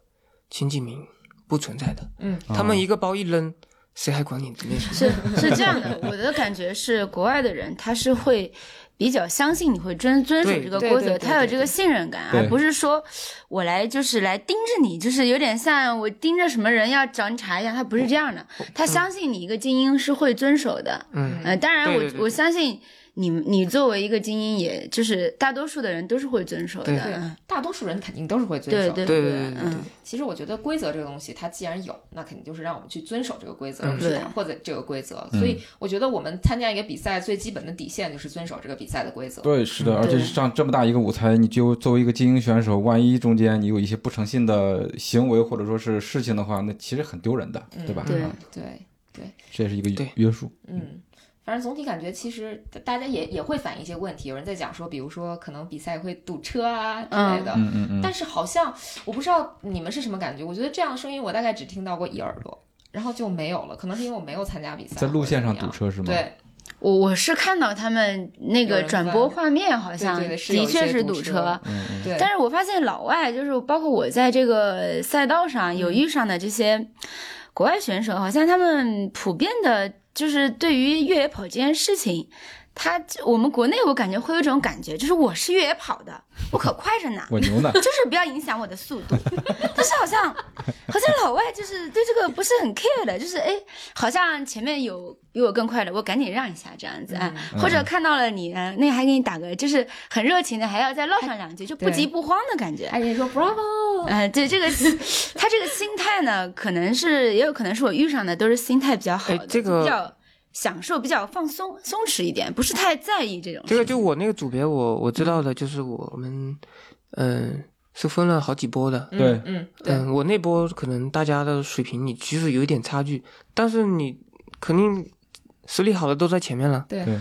Speaker 3: 前几名不存在的，
Speaker 2: 嗯
Speaker 1: 啊
Speaker 3: 他们一个包一扔，谁还管你那什么？ (laughs)
Speaker 4: 是是这样的，我的感觉是，国外的人他是会比较相信你会遵遵守
Speaker 3: 对
Speaker 4: 这个
Speaker 2: 对
Speaker 4: 规
Speaker 2: 对对
Speaker 4: 则，他有
Speaker 2: 对
Speaker 4: 这个信任感，
Speaker 1: 对
Speaker 4: 而不是说我来就是来盯着你，就是有点像我盯着什么人要找你查一下，他不是这样的，
Speaker 3: 哦
Speaker 4: 他相信你一个精英是会遵守的。
Speaker 3: 嗯，
Speaker 4: 呃，当然
Speaker 3: 对
Speaker 4: 我
Speaker 3: 对对
Speaker 4: 我
Speaker 3: 对
Speaker 4: 相信你，你作为一个精英，也就是大多数的人都是会遵守的。
Speaker 3: 对
Speaker 2: 对
Speaker 4: 嗯，
Speaker 2: 大多数人肯定都是会遵守
Speaker 4: 对
Speaker 2: 的。
Speaker 4: 对
Speaker 3: 对对
Speaker 4: 对
Speaker 3: 对对对
Speaker 4: 嗯，
Speaker 2: 其实我觉得规则这个东西，它既然有，那肯定就是让我们去遵守这个规则，
Speaker 3: 嗯
Speaker 2: 而不是
Speaker 4: 对
Speaker 2: 打破的这个规则。
Speaker 1: 嗯
Speaker 2: 所以我觉得我们参加一个比赛，最基本的底线就是遵守这个比赛的规则。
Speaker 1: 对，是的，
Speaker 3: 嗯
Speaker 1: 而且
Speaker 4: 对
Speaker 1: 上这么大一个舞台，你就作为一个精英选手，万一中间你有一些不诚信的行为或者说是事情的话，那其实很丢人的，对吧？
Speaker 4: 对
Speaker 1: 啊
Speaker 2: 对，
Speaker 1: 这也是一个
Speaker 3: 对
Speaker 1: 约约束。
Speaker 2: 嗯，反正总体感觉其实大家也也会反映一些问题，有人在讲说，比如说可能比赛会堵车啊之类的。
Speaker 1: 嗯嗯嗯。
Speaker 2: 但是好像我不知道你们是什么感觉，我觉得这样的声音我大概只听到过一耳朵，然后就没有了。可能是因为我没有参加比赛，
Speaker 1: 在路线上堵
Speaker 2: 或者
Speaker 1: 车是吗？
Speaker 2: 怎么样。
Speaker 4: 我我是看到他们那
Speaker 2: 有
Speaker 4: 个
Speaker 2: 人
Speaker 4: 转
Speaker 2: 翻
Speaker 4: 播画面，好像
Speaker 2: 对对是有
Speaker 4: 的
Speaker 2: 一
Speaker 4: 确
Speaker 2: 些
Speaker 4: 是
Speaker 2: 堵
Speaker 4: 堵
Speaker 2: 车
Speaker 4: 车。
Speaker 1: 嗯嗯。
Speaker 2: 对对
Speaker 4: 但是我发现老外就是包括我在这个赛道上
Speaker 2: 嗯
Speaker 4: 有遇上的这些国外选手，好像他们普遍的就是对于越野跑这件事情，他我们国内我感觉会有一种感觉，就是我是越野跑的，我可快着呢。，
Speaker 1: 我牛呢
Speaker 4: (laughs) 就是不要影响我的速度。 (laughs) 但是好像好像老外就是对这个不是很 care 的，就是哎，好像前面有比我更快的，我赶紧让一下这样子啊。
Speaker 2: 嗯
Speaker 4: 或者看到了你，呃那还给你打个，就是很热情的，还要再唠上两句，就不
Speaker 2: 对
Speaker 4: 急不慌的感觉。
Speaker 2: 哎，人家说 Bravo，
Speaker 4: 哎，对这个，他这个心态呢，可能是也有可能是我遇上的都是心态比较好
Speaker 3: 哎
Speaker 4: 的，
Speaker 3: 这个
Speaker 4: 比较享受，比较放松松弛一点，不是太在意这种事情。
Speaker 3: 这个就我那个组别我，我知道的就是我们，嗯、是分了好几波的。
Speaker 2: 嗯
Speaker 1: 对
Speaker 2: 嗯，对，
Speaker 3: 嗯，我那波可能大家的水平你其实有一点差距，但是你肯定实力好的都在前面了。
Speaker 2: 对
Speaker 1: 对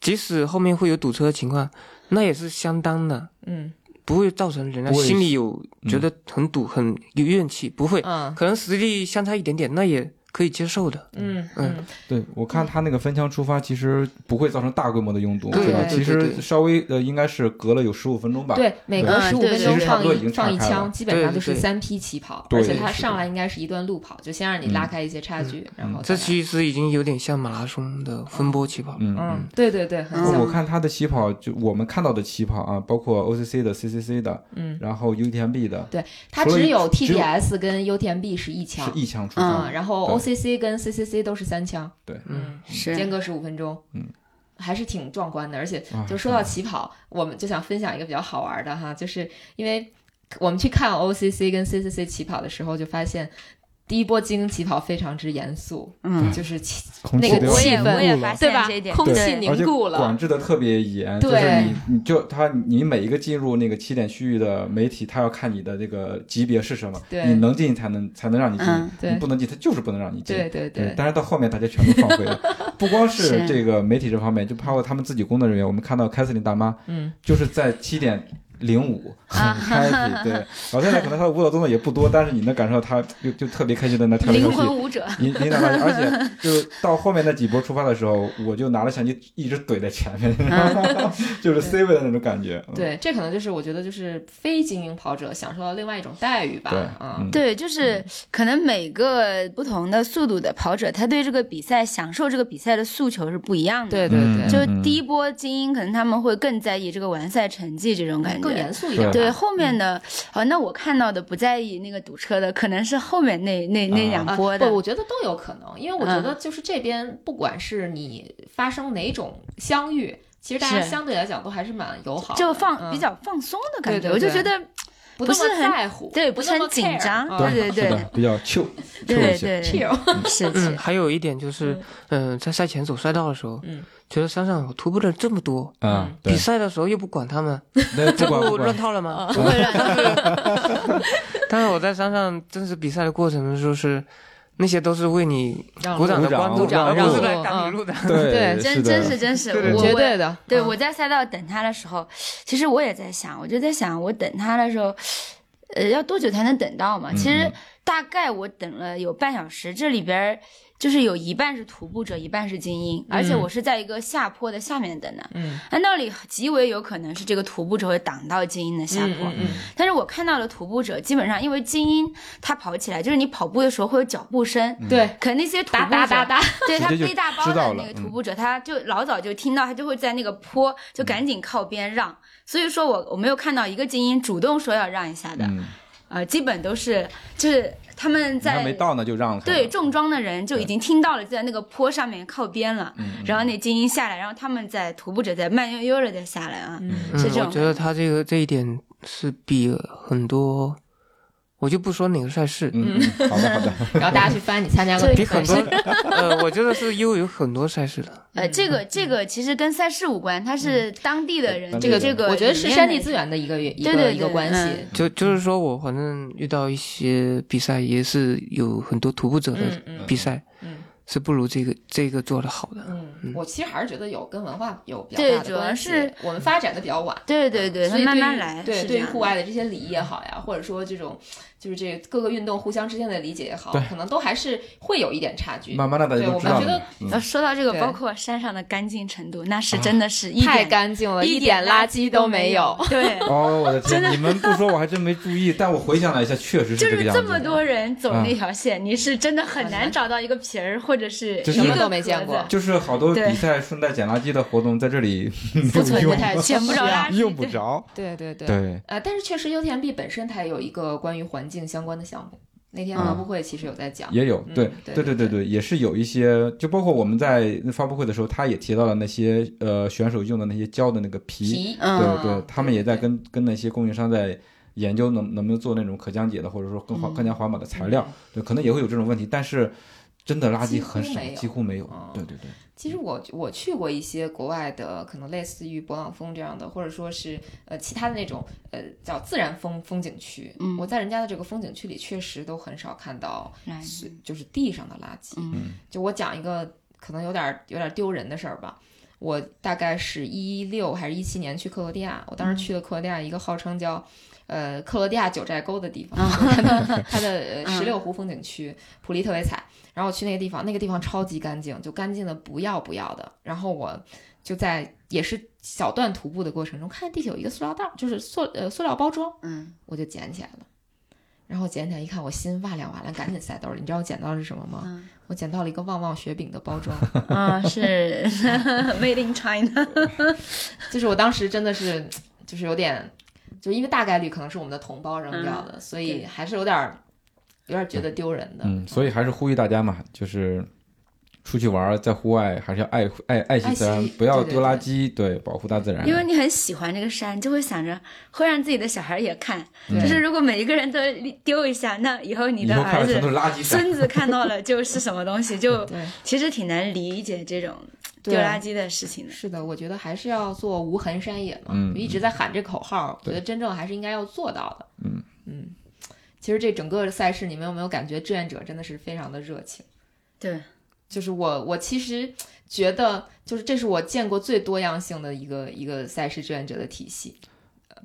Speaker 3: 即使后面会有堵车的情况，那也是相当的，
Speaker 2: 嗯
Speaker 3: 不会造成人家
Speaker 1: 不会
Speaker 3: 心里有
Speaker 1: 嗯
Speaker 3: 觉得很堵、很有怨气，不会。
Speaker 2: 嗯
Speaker 3: 可能实力相差一点点，那也可以接受的。
Speaker 2: 嗯嗯，
Speaker 1: 对，我看他那个分枪出发，其实不会造成大规模的拥堵，
Speaker 3: 对
Speaker 1: 吧？
Speaker 2: 对
Speaker 1: 其
Speaker 3: 对
Speaker 1: 实
Speaker 3: 对
Speaker 1: 稍微呃，应该是隔了有十五分钟吧。
Speaker 2: 对，每隔
Speaker 4: 嗯
Speaker 2: 十五
Speaker 4: 对
Speaker 2: 分
Speaker 4: 对
Speaker 2: 钟
Speaker 4: 对
Speaker 2: 放
Speaker 4: 对
Speaker 1: 对
Speaker 2: 一放一
Speaker 1: 对
Speaker 2: 枪，基本上就是
Speaker 3: 对对
Speaker 2: 三批起跑，
Speaker 1: 对
Speaker 2: 而且它
Speaker 1: 是的嗯
Speaker 2: 上来应该是一段路跑，就先让你拉开一些差距，哦然后再
Speaker 3: 这
Speaker 2: 来
Speaker 3: 其实已经有点像马拉松的分波起跑了。
Speaker 1: 嗯嗯
Speaker 2: 嗯，。对对对，很
Speaker 4: 嗯
Speaker 1: 呃我
Speaker 2: 像，
Speaker 1: 看他的起跑，就我们看到的起跑啊，包括 OCC 的、CCC 的，
Speaker 2: 嗯，
Speaker 1: 然后 UTMB 的，
Speaker 2: 它
Speaker 1: 所以
Speaker 2: 只有
Speaker 1: 只有
Speaker 2: TDS 跟 UTMB 是一
Speaker 1: 是
Speaker 2: 枪，
Speaker 1: 一枪出发
Speaker 2: 嗯，。然后
Speaker 1: 对
Speaker 2: OCC 跟 CCC 都是三枪，
Speaker 1: 对，
Speaker 2: 嗯，
Speaker 4: 是
Speaker 2: 间隔十五分钟，
Speaker 1: 嗯。
Speaker 2: 还是挺壮观的，而且
Speaker 1: 啊
Speaker 2: 就说到起跑，我们就想分享一个比较好玩的哈，就是因为我们去看 OCC 跟 CCC 起跑的时候，就发现第一波精英起跑非常之严肃，
Speaker 4: 嗯，
Speaker 2: 就是起
Speaker 1: 空气
Speaker 2: 那个
Speaker 1: 都要
Speaker 4: 我也
Speaker 2: 气
Speaker 4: 我也
Speaker 1: 氛
Speaker 4: 发
Speaker 2: 对
Speaker 4: 现
Speaker 2: 吧
Speaker 4: 这一？点，
Speaker 2: 空气
Speaker 4: 对
Speaker 2: 凝固
Speaker 1: 而且管
Speaker 2: 了，
Speaker 1: 制的特别严，
Speaker 2: 对
Speaker 1: 就是你你就他你每一个进入那个起点区域的媒体，他要看你的这个级别是什么，
Speaker 2: 对
Speaker 1: 你能进才能才能让你进，
Speaker 4: 嗯
Speaker 2: 对
Speaker 1: 你不能进他就是不能让你进。
Speaker 2: 对对
Speaker 1: 对
Speaker 2: 对，，
Speaker 1: 但是到后面大家全部放
Speaker 2: (laughs)
Speaker 1: 飞了，不光是
Speaker 4: 是
Speaker 1: 这个媒体这方面，就包括他们自己工作人员，我们看到凯瑟琳大妈
Speaker 2: 嗯，
Speaker 1: 就是在七点零五很
Speaker 4: 啊
Speaker 1: happy，对，然
Speaker 4: (laughs)
Speaker 1: 后现在可能她的舞蹈动作也不多，但是你能感受到她就就特别开心的那跳来跳
Speaker 4: 灵
Speaker 1: 去。
Speaker 4: 魂舞者。
Speaker 1: 你你哪怕，而且就到后面那几波出发的时候，我就拿着相机一直怼在前面，
Speaker 4: 啊
Speaker 1: (laughs) 就是 C 位的那种感觉。嗯，
Speaker 2: 对，这可能就是我觉得就是非精英跑者享受到另外一种待遇吧，
Speaker 1: 对
Speaker 2: 啊，
Speaker 1: 嗯
Speaker 4: (laughs) 对，就是可能每个不同的速度的跑者，他对这个比赛享受这个比赛的诉求是不一样的。
Speaker 2: 对对对，
Speaker 4: 就
Speaker 1: 嗯嗯
Speaker 4: 第一波精英，可能他们会更在意这个完赛成绩这种感
Speaker 2: 更
Speaker 4: 觉。
Speaker 2: 严肃一嗯点吧，
Speaker 4: 对后面的，哦，那我看到的不在意那个堵车的，可能是后面那那那两
Speaker 2: 啊，
Speaker 4: 波的嗯
Speaker 2: 不，。我觉得都有可能，因为我觉得就是这边不管是你发生哪种相遇，其实大家
Speaker 4: 是
Speaker 2: 相对来讲都还是蛮友好的，
Speaker 4: 就放
Speaker 2: 嗯
Speaker 4: 比较放松的感
Speaker 2: 对
Speaker 4: 觉，
Speaker 2: 对
Speaker 4: 我就
Speaker 2: 对
Speaker 4: 觉得
Speaker 2: 不
Speaker 4: 不
Speaker 2: 那么
Speaker 4: 是很
Speaker 2: 在乎，
Speaker 4: 对
Speaker 2: 不
Speaker 4: 不是
Speaker 2: 那
Speaker 4: 很
Speaker 2: 么
Speaker 4: 紧
Speaker 2: care，
Speaker 4: 张
Speaker 2: 啊
Speaker 4: 对对
Speaker 1: 是的，比较 chill，chill
Speaker 4: 对
Speaker 1: 一些。
Speaker 4: 对
Speaker 2: chill，
Speaker 4: 是
Speaker 3: 嗯，
Speaker 4: 是，
Speaker 3: 还有一点就是，嗯、在赛前走赛道的时候，
Speaker 2: 嗯
Speaker 3: 觉得山上徒步的人这么多，
Speaker 1: 啊，对
Speaker 3: 比，赛的时候又不管他们，
Speaker 1: 那不
Speaker 3: 这
Speaker 4: (laughs)
Speaker 1: 管不
Speaker 3: 不乱
Speaker 1: 管，
Speaker 3: 套了吗？
Speaker 4: 嗯不会让人
Speaker 3: (laughs) 但是我在山上正式比赛的过程中，就是那些都是为你
Speaker 2: 让
Speaker 3: 鼓掌的
Speaker 1: 鼓掌
Speaker 3: 观众，
Speaker 1: 鼓掌
Speaker 3: 而不是
Speaker 1: 让
Speaker 2: 路
Speaker 3: 来挡你路的。
Speaker 1: 对，
Speaker 2: 对
Speaker 1: 是的
Speaker 4: 真真是真是，
Speaker 3: 对对
Speaker 4: 我
Speaker 2: 绝
Speaker 4: 我
Speaker 2: 对的，
Speaker 4: 对，
Speaker 2: 嗯
Speaker 4: 我在赛道等他的时候，其实我也在想，我就在想，我等他的时候，呃，要多久才能等到嘛？其
Speaker 1: 嗯
Speaker 4: 实
Speaker 1: 嗯
Speaker 4: 大概我等了有半小时，这里边儿就是有一半是徒步者，一半是精英，而且我是在一个下坡的下面的呢。
Speaker 3: 嗯，
Speaker 4: 按道理极为有可能是这个徒步者会挡到精英的下坡，
Speaker 3: 嗯嗯
Speaker 4: 但是我看到的徒步者基本上因为精英他跑起来，就是你跑步的时候会有脚步声，
Speaker 2: 对，
Speaker 4: 可能那些徒步
Speaker 2: 嗯哒
Speaker 4: 者
Speaker 2: 哒哒哒，
Speaker 1: (laughs)
Speaker 4: 对他
Speaker 1: 直接就
Speaker 4: 背大
Speaker 1: 知
Speaker 4: 包
Speaker 1: 道了
Speaker 4: 的那
Speaker 1: 嗯
Speaker 4: 个徒步者，他就老早就听到，他就会在那个坡就
Speaker 1: 嗯
Speaker 4: 赶紧靠边让。所以说我我没有看到一个精英主动说要让一下的，
Speaker 1: 嗯，
Speaker 4: 呃，基本都是就是他们
Speaker 1: 你还
Speaker 4: 在
Speaker 1: 没到呢就让开了，
Speaker 4: 对重装的人就已经听到了，就在那个坡上面靠边了。
Speaker 1: 嗯，
Speaker 4: 然后那精英下来，然后他们在徒步者在慢悠悠的再下来啊，
Speaker 3: 嗯，
Speaker 4: 是这种
Speaker 3: 我觉得他这个这一点是比很多，我就不说哪个赛事，
Speaker 1: 嗯，嗯好的好
Speaker 4: (laughs)
Speaker 1: 的，
Speaker 2: 然后大家去翻你参加过的
Speaker 4: 对
Speaker 3: 比
Speaker 2: 比
Speaker 3: 很多，呃，我觉得是优于很多赛事的。
Speaker 4: 呃，这个这个其实跟赛事无关，它是当地的人
Speaker 1: 嗯
Speaker 4: 这
Speaker 1: 当
Speaker 4: 个
Speaker 1: 地
Speaker 4: 这
Speaker 1: 人
Speaker 4: 个，
Speaker 2: 我觉得是山地资源的一个一
Speaker 4: 对对
Speaker 2: 个
Speaker 4: 对
Speaker 2: 一个关系
Speaker 4: 嗯。
Speaker 3: 就就是说我反正遇到一些比赛也是有很多徒步者的
Speaker 2: 嗯嗯
Speaker 3: 比赛，
Speaker 2: 嗯
Speaker 3: 是不如这个这个做的好的。
Speaker 2: 嗯，我其实还是觉得有跟文化有比较
Speaker 4: 对
Speaker 2: 大
Speaker 4: 主
Speaker 2: 的
Speaker 4: 要
Speaker 2: 关系。
Speaker 4: 是
Speaker 2: 我们发展的比较晚。
Speaker 4: 对对对，
Speaker 2: 嗯
Speaker 4: 它
Speaker 2: 所以
Speaker 4: 慢
Speaker 2: 对
Speaker 4: 慢
Speaker 2: 于
Speaker 4: 来，
Speaker 2: 对，
Speaker 4: 是
Speaker 2: 对于
Speaker 4: 这样
Speaker 2: 户外的这些礼仪也好呀，或者说这种就是这各个运动互相之间的理解也好，可能都还是会有一点差距。
Speaker 1: 慢慢的大家
Speaker 2: 对
Speaker 1: 都
Speaker 2: 我
Speaker 1: 知道
Speaker 2: 们觉
Speaker 1: 了
Speaker 2: 得。
Speaker 1: 嗯，
Speaker 4: 呃，说到这个，
Speaker 2: 对啊
Speaker 4: 包括山上的干净程度，那是真的是一点
Speaker 2: 太干净了，
Speaker 4: 一
Speaker 2: 点垃圾都没有。。
Speaker 4: (laughs) 对
Speaker 1: (laughs) 哦，我的天！你们不说我还真没注
Speaker 2: (laughs)
Speaker 1: 意，但我回想了一下，确实
Speaker 4: 就
Speaker 1: 这个
Speaker 4: 是
Speaker 1: 样子。嗯
Speaker 4: 这么多人走那条线，你是真的很难找到一个皮儿或者是
Speaker 1: 就是
Speaker 4: 一
Speaker 1: 什么
Speaker 4: 个
Speaker 2: 嗯都没见过
Speaker 4: 盒子
Speaker 1: 就是好多
Speaker 4: 对
Speaker 1: 比赛顺带捡垃圾的活动在这里
Speaker 2: (laughs)
Speaker 1: (laughs)
Speaker 2: 不存
Speaker 1: 没有用，啊
Speaker 2: 在，
Speaker 4: 捡不着垃圾，
Speaker 1: 用不着。
Speaker 2: 对对对。
Speaker 1: 对，
Speaker 2: 呃，但是确实，优田碧本身它有一个关于环境相关的项目。那天
Speaker 1: 嗯
Speaker 2: 发布会其实有在讲，
Speaker 1: 也有，
Speaker 2: 嗯
Speaker 1: 对，
Speaker 2: 对
Speaker 1: 对
Speaker 2: 对
Speaker 1: 对对，也是有一些，就包括我们在发布会的时候，他也提到了那些呃选手用的那些胶的那个皮，
Speaker 2: 皮，
Speaker 4: 嗯
Speaker 1: 对对，他们也在跟跟那些供应商在研究能能不能做那种可降解的，或者说更
Speaker 2: 嗯
Speaker 1: 环更加环保的材料，对，可能也会有这种问题，但是真的垃
Speaker 2: 几
Speaker 1: 圾
Speaker 2: 乎
Speaker 1: 很少
Speaker 2: 没，有
Speaker 1: 几乎没有
Speaker 2: 哦，
Speaker 1: 对对对，
Speaker 2: 其实我我去过一些国外的，可能类似于勃朗峰这样的，或者说是呃其他的那种呃叫自然风风景区。
Speaker 4: 嗯
Speaker 2: 我在人家的这个风景区里，确实都很少看到
Speaker 4: 来
Speaker 2: 是就是地上的垃圾。
Speaker 4: 哎嗯
Speaker 2: 就我讲一个可能有点有点丢人的事儿吧。我大概是一六还是一七年去克罗地亚，我当时去了克罗地亚一个号称叫。呃，克罗地亚九寨沟的地方，它的它的
Speaker 4: 嗯
Speaker 2: 十六湖风景区普利特维采，然后我去那个地方，那个地方超级干净，就干净的不要不要的。然后我就在也是小段徒步的过程中，看见地下有一个塑料袋儿，就是塑呃塑料包装，
Speaker 4: 嗯，
Speaker 2: 我就捡起来了。然后捡起来一看，我心哇凉哇凉，赶紧塞兜里。你知道我捡到的是什么吗？
Speaker 4: 嗯
Speaker 2: 我捡到了一个旺旺雪饼的包装， (laughs)
Speaker 4: 啊是 (laughs) Made in China，
Speaker 2: 就是我当时真的是，就是有点，就是因为大概率可能是我们的同胞扔掉的，所以
Speaker 4: 嗯对
Speaker 2: 还是有点儿，有点儿觉得丢人的。
Speaker 1: 嗯，所以还是呼吁大家嘛，就是出去玩儿，在户外还是要爱爱爱惜自然
Speaker 2: 爱惜，
Speaker 1: 不要
Speaker 2: 对对
Speaker 1: 丢垃圾，对，保护大自然。
Speaker 4: (laughs) 因为你很喜欢这个山，就会想着会让自己的小孩也看，
Speaker 2: 对
Speaker 1: 嗯
Speaker 4: 就是如果每一个人都丢一下，那以后你
Speaker 1: 以
Speaker 4: 的
Speaker 1: 后看
Speaker 4: 儿
Speaker 1: 了
Speaker 4: 子
Speaker 1: 全都是垃圾山。
Speaker 4: 孙子看到了就是什么东西，就
Speaker 2: 对
Speaker 4: 其实挺难理解这种丢
Speaker 2: 对
Speaker 4: 垃圾的事情的。
Speaker 2: 是的，我觉得还是要做无痕山野嘛，
Speaker 1: 嗯
Speaker 2: 就一直在喊这口号，我
Speaker 1: 对
Speaker 2: 觉得真正还是应该要做到的。
Speaker 1: 嗯
Speaker 2: 嗯，其实这整个赛事，你们有没有感觉志愿者真的是非常的热情？
Speaker 4: 对，
Speaker 2: 就是我，我其实觉得，就是这是我见过最多样性的一个一个赛事志愿者的体系。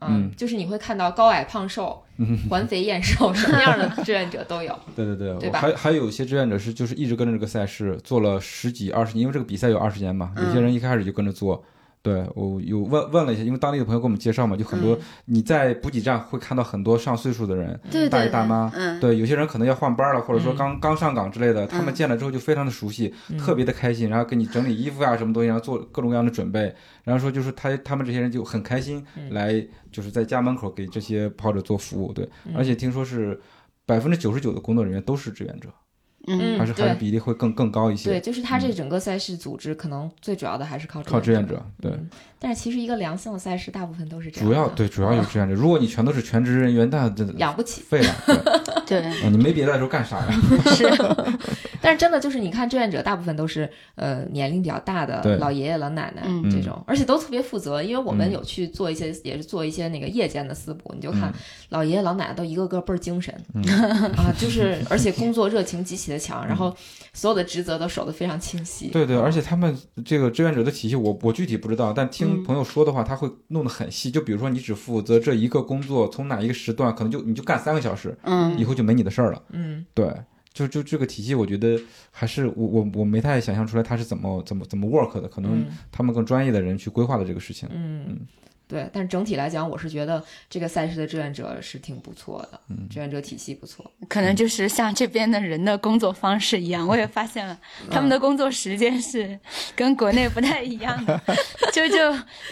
Speaker 2: 嗯，
Speaker 1: 嗯
Speaker 2: 就是你会看到高矮胖
Speaker 1: (laughs)
Speaker 2: 瘦、环肥燕瘦，什么样的志愿者都有。
Speaker 1: (laughs) 对对对，
Speaker 2: 对
Speaker 1: 我
Speaker 2: 吧
Speaker 1: 还还有一些志愿者是就是一直跟着这个赛事做了十几二十年，因为这个比赛有二十年嘛，有些人一开始就跟着做。对我有问问了一下，因为当地的朋友给我们介绍嘛，就很多、你在补给站会看到很多上岁数的人，
Speaker 4: 对
Speaker 1: 大
Speaker 4: 对
Speaker 1: 爷大妈
Speaker 4: 嗯，
Speaker 1: 对，有些人可能要换班了，或者
Speaker 2: 嗯
Speaker 1: 说刚、刚上岗之类的，他们见了之后就非常的熟悉，特别的开心，然后给你整理衣服啊什么东西，然后做各种各样的准备，然后说就是他他们这些人就很开心，
Speaker 2: 嗯
Speaker 1: 来就是在家门口给这些跑者做服务，对，
Speaker 2: 嗯
Speaker 1: 而且听说是百分之九十九的工作人员都是志愿者，
Speaker 2: 嗯
Speaker 1: 还是还是比例会更更高一
Speaker 2: 对，
Speaker 1: 些，
Speaker 2: 就是他这整个赛事组织，可能最主要的还是靠
Speaker 1: 嗯靠志
Speaker 2: 愿
Speaker 1: 愿。者，对，
Speaker 2: 嗯但是其实一个良性的赛事，大部分都是这样
Speaker 1: 主
Speaker 2: 的。
Speaker 1: 要对主要有志愿者，如果你全都是全职人员，那
Speaker 2: (laughs)
Speaker 1: 真的
Speaker 2: 养不起。
Speaker 1: 废了，对
Speaker 4: (laughs) 对，
Speaker 1: 啊你没别的时候干啥呀？
Speaker 2: (laughs)
Speaker 4: 是，
Speaker 2: 但是真的就是，你看志愿者大部分都是呃年龄比较大
Speaker 1: 对
Speaker 2: 的老爷爷老奶奶
Speaker 4: 嗯
Speaker 2: 这种，而且都特别负责。因为我们
Speaker 1: 嗯
Speaker 2: 有去做一些，也是做一些那个夜间的私补，你就看
Speaker 1: 嗯
Speaker 2: 老爷爷老奶奶都一个个倍儿精神、 (laughs) 啊，就是而且工作热情极其的强，然后所有的职责都守得非常清晰。
Speaker 1: 对对，而且他们这个志愿者的体系我，我具体不知道，但听
Speaker 4: 嗯
Speaker 1: 朋友说的话，他会弄得很细。就比如说，你只负责这一个工作，从哪一个时段，可能就你就干三个小时，
Speaker 4: 嗯
Speaker 1: 以后就没你的事儿了。
Speaker 2: 嗯，
Speaker 1: 对，就就这个体系，我觉得还是我我我没太想象出来它是怎么怎么怎么 work 的，可能
Speaker 2: 嗯
Speaker 1: 他们更专业的人去规划的这个事情。
Speaker 2: 嗯，对，但是整体来讲，我是觉得这个赛事的志愿者是挺不错的，
Speaker 1: 嗯
Speaker 2: 志愿者体系不错。
Speaker 4: 可能就是像这边的人的工作方式一样，我也发现了他们的工作时间是跟国内不太一样 (laughs) 的。就就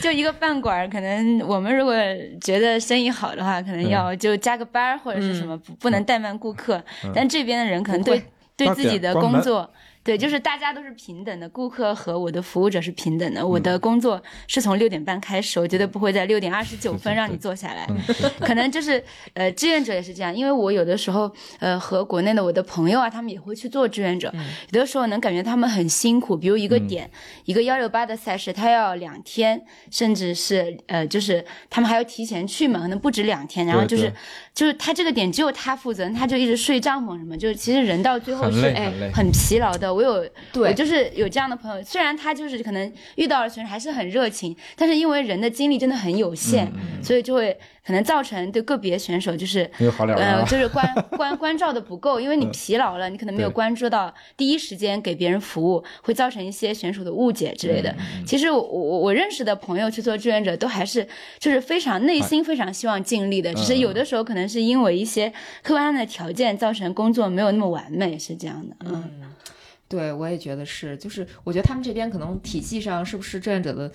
Speaker 4: 就一个饭馆儿，可能我们如果觉得生意好的话，可能要就加个班儿或者是什么，不不能怠慢顾客。
Speaker 1: 嗯
Speaker 4: 但这边的人可能对对
Speaker 1: 八
Speaker 4: 自
Speaker 1: 点
Speaker 4: 己的
Speaker 1: 关
Speaker 4: 工
Speaker 1: 门
Speaker 4: 作。
Speaker 1: 嗯
Speaker 4: 对，就是大家都是平等的，顾客和我的服务者是平等
Speaker 1: 嗯
Speaker 4: 的。我的工作是从六点半开始，我绝对不会在六点二十九分让你坐下来。
Speaker 1: 嗯，
Speaker 4: 可能就是呃，志愿者也是这样，因为我有的时候呃和国内的我的朋友啊，他们也会去做志愿者，
Speaker 1: 嗯
Speaker 4: 有的时候能感觉他们很辛苦。比如一个点，一个幺六八的赛事，他要两天，甚至是呃，就是他们还要提前去嘛，可能不止两天。然后就是
Speaker 1: 对
Speaker 4: 就是他这个点只有他负责，他就一直睡帐篷什么，就是其实人到最后
Speaker 1: 很
Speaker 4: 是
Speaker 1: 累
Speaker 4: 哎
Speaker 1: 很累
Speaker 4: 很疲劳的。我有我
Speaker 2: 对，
Speaker 4: 就是有这样的朋友，虽然他就是可能遇到了选手还是很热情，但是因为人的精力真的很有
Speaker 1: 嗯
Speaker 4: 限，所以就会可能造成对个别选手就是。
Speaker 1: 没有好脸了
Speaker 4: 呃，
Speaker 1: 啊。
Speaker 4: 就是关
Speaker 1: (laughs)
Speaker 4: 关关照的不够，因为你疲劳了，你可能没有
Speaker 1: 对
Speaker 4: 关注到第一时间给别人服务，会造成一些选手的误解之类的。
Speaker 1: 嗯
Speaker 4: 其实我我我认识的朋友去做志愿者，都还是就是非常内心
Speaker 1: 哎
Speaker 4: 非常希望尽力的，只
Speaker 1: 嗯
Speaker 4: 是有的时候可能是因为一些客观上的条件造成工作没有那么完美，是这样的。嗯
Speaker 2: 对我也觉得是，就是我觉得他们这边可能体系上是不是志愿者的，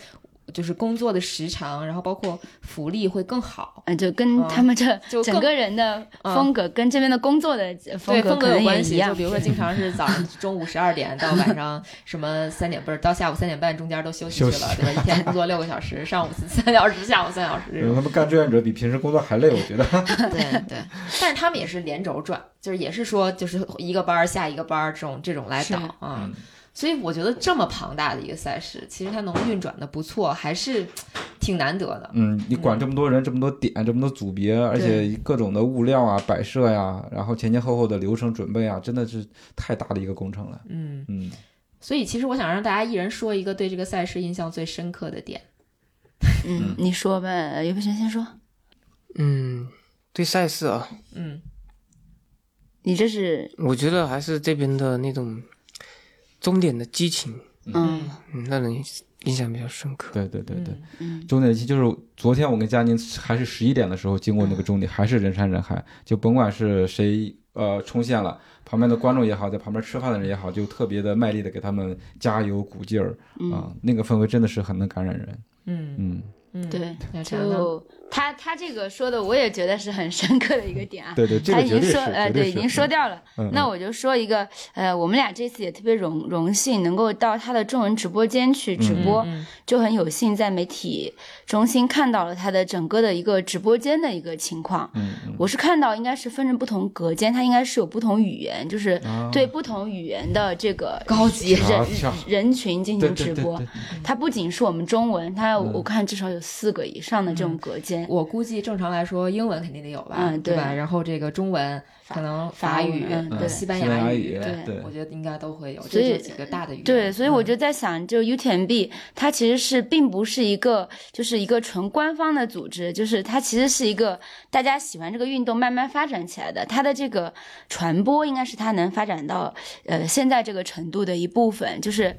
Speaker 2: 就是工作的时长，然后包括福利会更好。
Speaker 4: 嗯，就跟
Speaker 2: 嗯
Speaker 4: 他们这
Speaker 2: (laughs) 就
Speaker 4: 整
Speaker 2: 更嗯
Speaker 4: 个人的风格，跟这边的工作的风
Speaker 2: 对
Speaker 4: 格
Speaker 2: 风
Speaker 4: 可
Speaker 2: 格
Speaker 4: 能
Speaker 2: 有
Speaker 4: 也
Speaker 2: 关
Speaker 4: 一
Speaker 2: 系，就
Speaker 4: 样
Speaker 2: 比。如说经常是早
Speaker 4: (laughs)
Speaker 2: 上中午十二点到晚上什么三点，不是到下午三点半，中间都休息去
Speaker 1: 休
Speaker 2: 了，
Speaker 1: 息
Speaker 2: 对吧？一天工作六个小时，上午三小时，下午三小时这种
Speaker 1: 嗯，他们干志愿者比平时工作还累，我觉得。
Speaker 2: 对对，但是他们也是连轴转，就是也是说，就是一个班儿下一个班儿这种这种来
Speaker 4: 是
Speaker 2: 倒啊。
Speaker 1: 嗯
Speaker 2: 所以我觉得这么庞大的一个赛事，其实它能运转的不错，还是挺难得的。
Speaker 1: (laughs) 嗯，你管这么多人、这么多点、这么多组别，而且各种的物料啊、摆设呀、然后前前后后的流程准备啊，真的是太大的一个工程了。
Speaker 2: 嗯，
Speaker 1: 嗯，
Speaker 2: 所以其实我想让大家一人说一个对这个赛事印象最深刻的点。
Speaker 4: 嗯，你说吧，尤佩璇先说。
Speaker 3: 嗯，对赛事啊，
Speaker 2: 嗯
Speaker 4: 你这是
Speaker 3: 我觉得还是这边的那种终点的激情，
Speaker 4: 嗯
Speaker 3: 嗯，让人印象比较深刻。
Speaker 1: 对对对对。
Speaker 2: 嗯
Speaker 4: 嗯
Speaker 1: 终点期就是昨天我跟佳宁还是十一点的时候经过那个终点，还是人山人海，就甭管是谁呃冲线了，旁边的观众也好，在旁边吃饭的人也好，就特别的卖力的给他们加油鼓劲儿啊、
Speaker 4: 嗯，
Speaker 1: 那个氛围真的是很能感染人。
Speaker 2: 嗯
Speaker 1: 嗯，
Speaker 2: 嗯，
Speaker 4: 对，
Speaker 2: 奶茶呢，
Speaker 4: 就他他这个说的，我也觉得是很深刻的一个点啊。
Speaker 1: 对对，这
Speaker 4: 他
Speaker 1: 个
Speaker 4: 已
Speaker 1: 绝
Speaker 4: 经
Speaker 1: 对是，
Speaker 4: 说，呃，
Speaker 1: 绝
Speaker 4: 对，
Speaker 1: 是
Speaker 4: 已经说掉了。
Speaker 1: 嗯嗯
Speaker 4: 那我就说一个，呃，我们俩这次也特别荣荣幸能够到他的中文直播间去直
Speaker 1: 嗯
Speaker 4: 播，
Speaker 2: 嗯
Speaker 4: 就很有幸在媒体中心看到了他的整个的一个直播间的一个情况。
Speaker 1: 嗯嗯
Speaker 4: 我是看到应该是分成不同隔间，它应该是有不同语言，就是
Speaker 1: 啊
Speaker 4: 对不同语言的这个
Speaker 2: 高级
Speaker 4: 人
Speaker 1: 啊跳
Speaker 4: 人群进
Speaker 1: 对
Speaker 4: 行
Speaker 1: 对
Speaker 4: 直
Speaker 1: 对
Speaker 4: 播
Speaker 1: 对。嗯
Speaker 4: 它不仅是我们中文，它我看至少有四个以上的这种隔间。
Speaker 2: 我估计正常来说，英文肯定得有吧，
Speaker 4: 嗯
Speaker 2: 对吧？
Speaker 4: 对
Speaker 2: 然后这个中文可能
Speaker 4: 法
Speaker 2: 法
Speaker 4: 文
Speaker 2: 语、呃
Speaker 4: 嗯对
Speaker 2: 西班
Speaker 1: 西班牙
Speaker 2: 语，
Speaker 1: 语对对
Speaker 2: 我觉得应该都会有，
Speaker 4: 所
Speaker 2: 这
Speaker 4: 以
Speaker 2: 就几个大的语言。
Speaker 4: 对，所以我
Speaker 2: 嗯
Speaker 4: 就在想，就 UTMB 它其实是并不是一个就是一个纯官方的组织，就是它其实是一个大家喜欢这个运动慢慢发展起来的，它的这个传播应该是它能发展到呃现在这个程度的一部分，就是。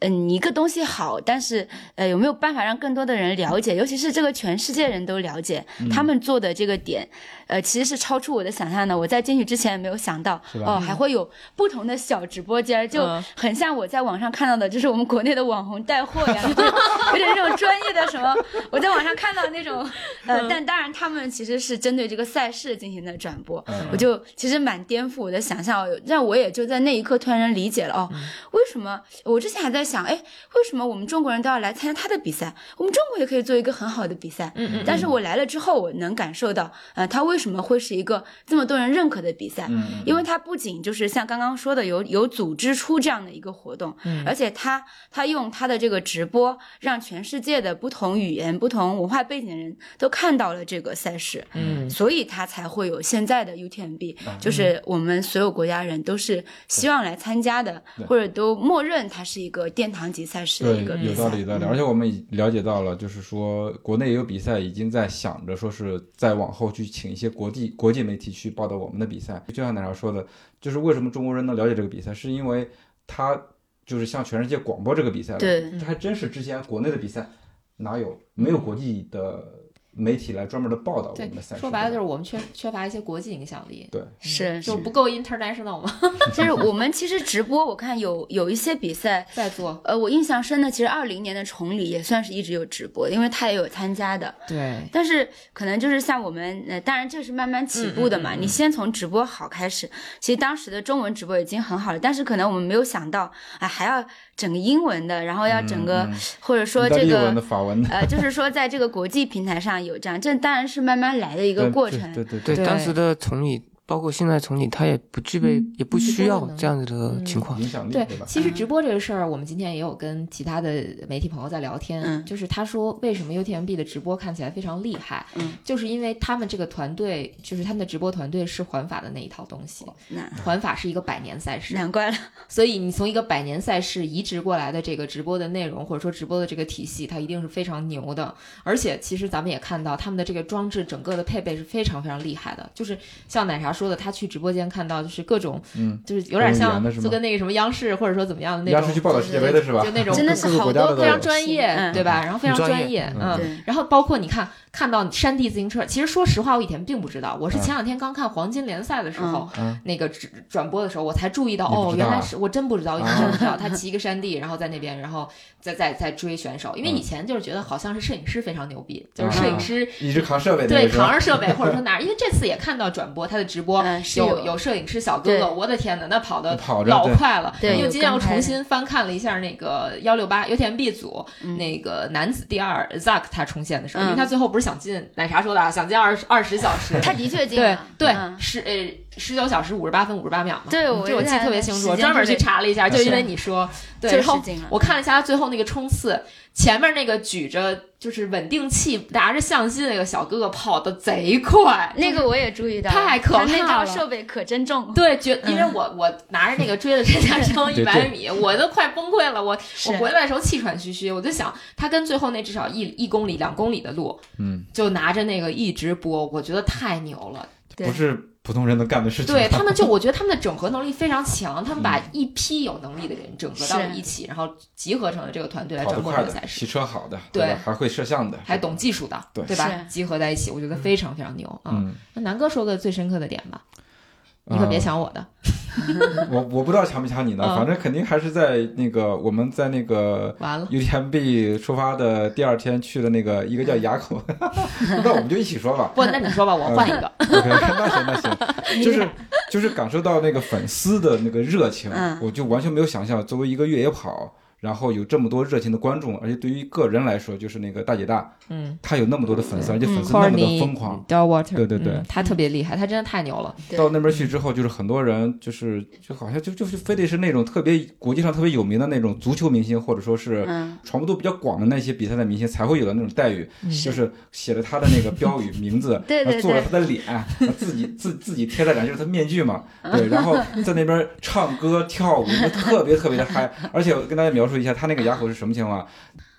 Speaker 4: 嗯，一个东西好，但是呃，有没有办法让更多的人了解？尤其是这个全世界人都了解，
Speaker 2: 嗯
Speaker 4: 他们做的这个点，呃，其实是超出我的想象的。我在进去之前没有想到，哦，还会有不同的小直播间儿，就
Speaker 2: 嗯
Speaker 4: 很像我在网上看到的，就是我们国内的网红带货呀， (laughs) 就是有点这种专业的什么，我在网上看到那种，
Speaker 2: 嗯
Speaker 4: 呃，但当然他们其实是针对这个赛事进行的转播，我就其实蛮颠覆我的想象，让我也就在那一刻突然间理解了
Speaker 2: 嗯
Speaker 4: 哦，为什么我之前还在想，哎，为什么我们中国人都要来参加他的比赛？我们中国也可以做一个很好的比赛，
Speaker 2: 嗯嗯
Speaker 4: 但是我来了之后，我能感受到，呃，它为什么会是一个这么多人认可的比赛？
Speaker 1: 嗯
Speaker 4: 因为它不仅就是像刚刚说的有有组织出这样的一个活动，
Speaker 2: 嗯
Speaker 4: 而且它它用它的这个直播让全世界的不同语言、不同文化背景的人都看到了这个赛事，
Speaker 3: 嗯
Speaker 4: 所以它才会有现在的 UTMB，、就是
Speaker 1: 啊
Speaker 4: 我们所有国家人都是希望来参加的，或者都默认它是一个殿堂级赛事的
Speaker 1: 对
Speaker 4: 一个，比
Speaker 1: 有
Speaker 4: 赛。
Speaker 1: 道理有道理。而且我们已了解到了，就是说国内也有比赛已经在想着说是再往后去请一些国际国际媒体去报道我们的比赛。就像奶茶说的，就是为什么中国人能了解这个比赛，是因为他就是向全世界广播这个比赛了。 (laughs)
Speaker 4: 对
Speaker 1: 这还真是之前国内的比赛哪有没有国际的媒体来专门的报道我
Speaker 2: 对
Speaker 1: 们的赛，事？
Speaker 2: 说白了就是我们缺缺乏一些国际影响力，嗯
Speaker 1: 对，
Speaker 4: 是，
Speaker 2: 就是不够 international 嘛，
Speaker 4: 就是我们其实直播，我看有有一些比赛，
Speaker 2: 在做。
Speaker 4: 呃，我印象深的，其实二零年的崇礼也算是一直有直播，因为他也有参加的。
Speaker 2: 对，
Speaker 4: 但是可能就是像我们，呃，当然这是慢慢起步
Speaker 2: 嗯
Speaker 4: 的嘛，你先从直播好开始。其实当时的中文直播已经很好了，但是可能我们没有想到，啊、还要整个英文的，然后要整个，
Speaker 1: 嗯
Speaker 4: 或者说
Speaker 1: 意大
Speaker 4: 这
Speaker 1: 利文的
Speaker 4: 个，
Speaker 1: 法文的
Speaker 4: 呃，就是说在这个国际平台上有这样，这当然是慢慢来的一
Speaker 1: 一
Speaker 4: 个过程。
Speaker 1: 对对对
Speaker 3: 对
Speaker 2: 对
Speaker 3: 当时的崇礼，包括现在崇礼，它也不具备，也不需要这样子的情况。
Speaker 1: 影响力
Speaker 2: 对
Speaker 1: 对，吧？
Speaker 2: 其
Speaker 4: 嗯
Speaker 2: 实直播这个事儿，我们今天也有跟其他的媒体朋友在聊天，
Speaker 4: 嗯
Speaker 2: 就是他说为什么 UTMB 的直播看起来非常厉害，
Speaker 4: 嗯
Speaker 2: 就是因为他们这个团队，就是他们的直播团队是环法的那一套东西，
Speaker 4: 那
Speaker 2: 环法是一个百年赛事，
Speaker 4: 难怪了，
Speaker 2: 所以你从一个百年赛事移植过来的这个直播的内容，或者说直播的这个体系，它一定是非常牛的。而且其实咱们也看到他们的这个装置整个的配备是非常非常厉害的，就是像奶茶说的，他去直播间看到就是各种，
Speaker 1: 嗯，
Speaker 2: 就是有点
Speaker 1: 各种语言
Speaker 2: 像
Speaker 1: 的是吗
Speaker 2: 就跟那个什么央视或者说怎么样的那
Speaker 1: 央视去报
Speaker 2: 种。
Speaker 1: 道世界杯的是吧？
Speaker 2: 就那种
Speaker 4: 真的是
Speaker 1: 各个
Speaker 4: 好
Speaker 1: 国家
Speaker 4: 多
Speaker 1: 的都
Speaker 2: 嗯非
Speaker 1: 有
Speaker 2: 常专业，
Speaker 4: 嗯
Speaker 2: 对吧？然后非常
Speaker 3: 很专
Speaker 2: 专业，
Speaker 1: 嗯
Speaker 2: 嗯，
Speaker 4: 对，
Speaker 2: 然后包括你看，看到山地自行车，其实说实话，我以前并不知道，我是
Speaker 1: 嗯
Speaker 2: 前两天刚看黄金联赛的时候，
Speaker 1: 嗯嗯
Speaker 2: 那个转转播的时候，我才注意到，
Speaker 1: 你不
Speaker 2: 哦，
Speaker 1: 知道
Speaker 2: 原
Speaker 1: 啊
Speaker 2: 来是我真不知道，一
Speaker 1: 啊
Speaker 2: 直不知道他骑一个山地，然后在那边，然后再再再追选手，因为
Speaker 1: 嗯
Speaker 2: 以前就是觉得好像是摄影师非常牛逼，就是
Speaker 1: 啊
Speaker 2: 摄影师。
Speaker 1: 一直扛设备那
Speaker 2: 对，
Speaker 1: 个是吧
Speaker 2: 扛着设备或者说哪儿，因为这次也看到转播他的直
Speaker 1: (laughs)
Speaker 2: 播，
Speaker 4: 嗯是
Speaker 2: 有
Speaker 4: 有
Speaker 2: 有摄影师小哥
Speaker 4: 对
Speaker 2: 哥，我的天呐，那跑的
Speaker 1: 跑着
Speaker 2: 老
Speaker 1: 对
Speaker 2: 快了。
Speaker 4: 对
Speaker 2: 因为
Speaker 4: 有
Speaker 2: 今天我
Speaker 4: 跟拍
Speaker 2: 重
Speaker 4: 的
Speaker 2: 新翻看了一下那个幺六八 UTMB 组，那个男子第二 Zack 他冲线的时候，因为
Speaker 4: 嗯
Speaker 2: 他最后不是想进奶茶说的啊，想进二二十
Speaker 1: (laughs)
Speaker 2: 小时，
Speaker 4: 他的确进
Speaker 2: 对
Speaker 4: 了，
Speaker 2: 对
Speaker 4: 嗯
Speaker 2: 十呃十九小时五十八分五十八秒嘛，嗯
Speaker 4: 对，
Speaker 2: 这我记得特别清楚，
Speaker 4: 时
Speaker 2: 我
Speaker 4: 间
Speaker 2: 专门
Speaker 4: 特别
Speaker 2: 去查了一下，
Speaker 1: 啊是
Speaker 2: 就因为你说，对，
Speaker 4: 就
Speaker 2: 然
Speaker 4: 是
Speaker 2: 后
Speaker 4: 进了
Speaker 2: 我看了一下他最后那个冲刺，前面那个举着就是稳定器拿着相机的那个小哥哥跑的贼快，
Speaker 4: 那个我也注意到，
Speaker 2: 太可怕
Speaker 4: 他那套
Speaker 2: 了
Speaker 4: 设备可真重。
Speaker 2: 对，觉因为
Speaker 4: 嗯
Speaker 2: 我我拿着那个追了陈嘉生一
Speaker 1: 对
Speaker 2: 百
Speaker 1: 对
Speaker 2: 米，我都快崩溃了。我
Speaker 4: 是
Speaker 2: 我回来的时候气喘吁吁，我就想他跟最后那至少一一公里、两公里的路，
Speaker 1: 嗯，
Speaker 2: 就拿着那个一直播，我觉得太牛了。
Speaker 4: 对
Speaker 1: 不是普通人能干的事情。
Speaker 2: 对他们就我觉得他们的整合能力非常
Speaker 1: 嗯
Speaker 2: 强，他们把一批有能力的人整合到了
Speaker 4: 是
Speaker 2: 一起，然后集合成了这个团队
Speaker 1: (laughs)
Speaker 2: 来
Speaker 1: 跑得
Speaker 2: 转播
Speaker 1: 快
Speaker 2: 这个赛
Speaker 1: 的，骑
Speaker 2: 事。
Speaker 1: 车好的，
Speaker 2: 对
Speaker 1: 吧还会摄像的，
Speaker 2: 还懂技术的，
Speaker 1: 对
Speaker 2: 吧？
Speaker 4: 是
Speaker 2: 集合在一起，我觉得非常非常牛啊！
Speaker 1: 嗯。
Speaker 2: 那南哥说个最深刻的点吧，你可别抢我的，
Speaker 1: 呃嗯啊我，我不知道抢不抢你呢，
Speaker 2: 嗯
Speaker 1: 反正肯定还是在那个我们在那个
Speaker 2: 完了，
Speaker 1: UTMB 出发的第二天去的那个一个叫雅口， (laughs) 那我们就一起说吧。
Speaker 2: 不，那你说吧，我换一个。
Speaker 1: OK，那行那
Speaker 4: (laughs)
Speaker 1: 行，就是就是感受到那个粉丝的那个热情，
Speaker 4: 嗯
Speaker 1: 我就完全没有想象，作为一个越野跑，然后有这么多热情的观众，而且对于个人来说，就是那个大姐大，
Speaker 2: 嗯
Speaker 1: 她有那么多的粉丝，而且粉
Speaker 4: 嗯
Speaker 1: 丝那么的疯狂
Speaker 2: ，Corny，Del Water，
Speaker 1: 对对对
Speaker 2: 嗯他特别厉害，他真的太牛了。
Speaker 4: 对
Speaker 1: 到那边去之后，就是很多人就是就好像就就就非得是那种特别国际上特别有名的那种足球明星，或者说是
Speaker 4: 嗯，
Speaker 1: 传播度比较广的那些比赛的明星才会有的那种待遇，就是写着他的那个标
Speaker 4: (laughs)
Speaker 1: 语名字，
Speaker 4: 对对
Speaker 1: 然后做着他的脸，然后自己自自己贴在脸上，就是他面具嘛，
Speaker 4: 嗯
Speaker 1: 对，然后在那边唱歌跳舞，就特别特别的嗨。而且我跟大家描述一下，他那个垭口是什么情况啊？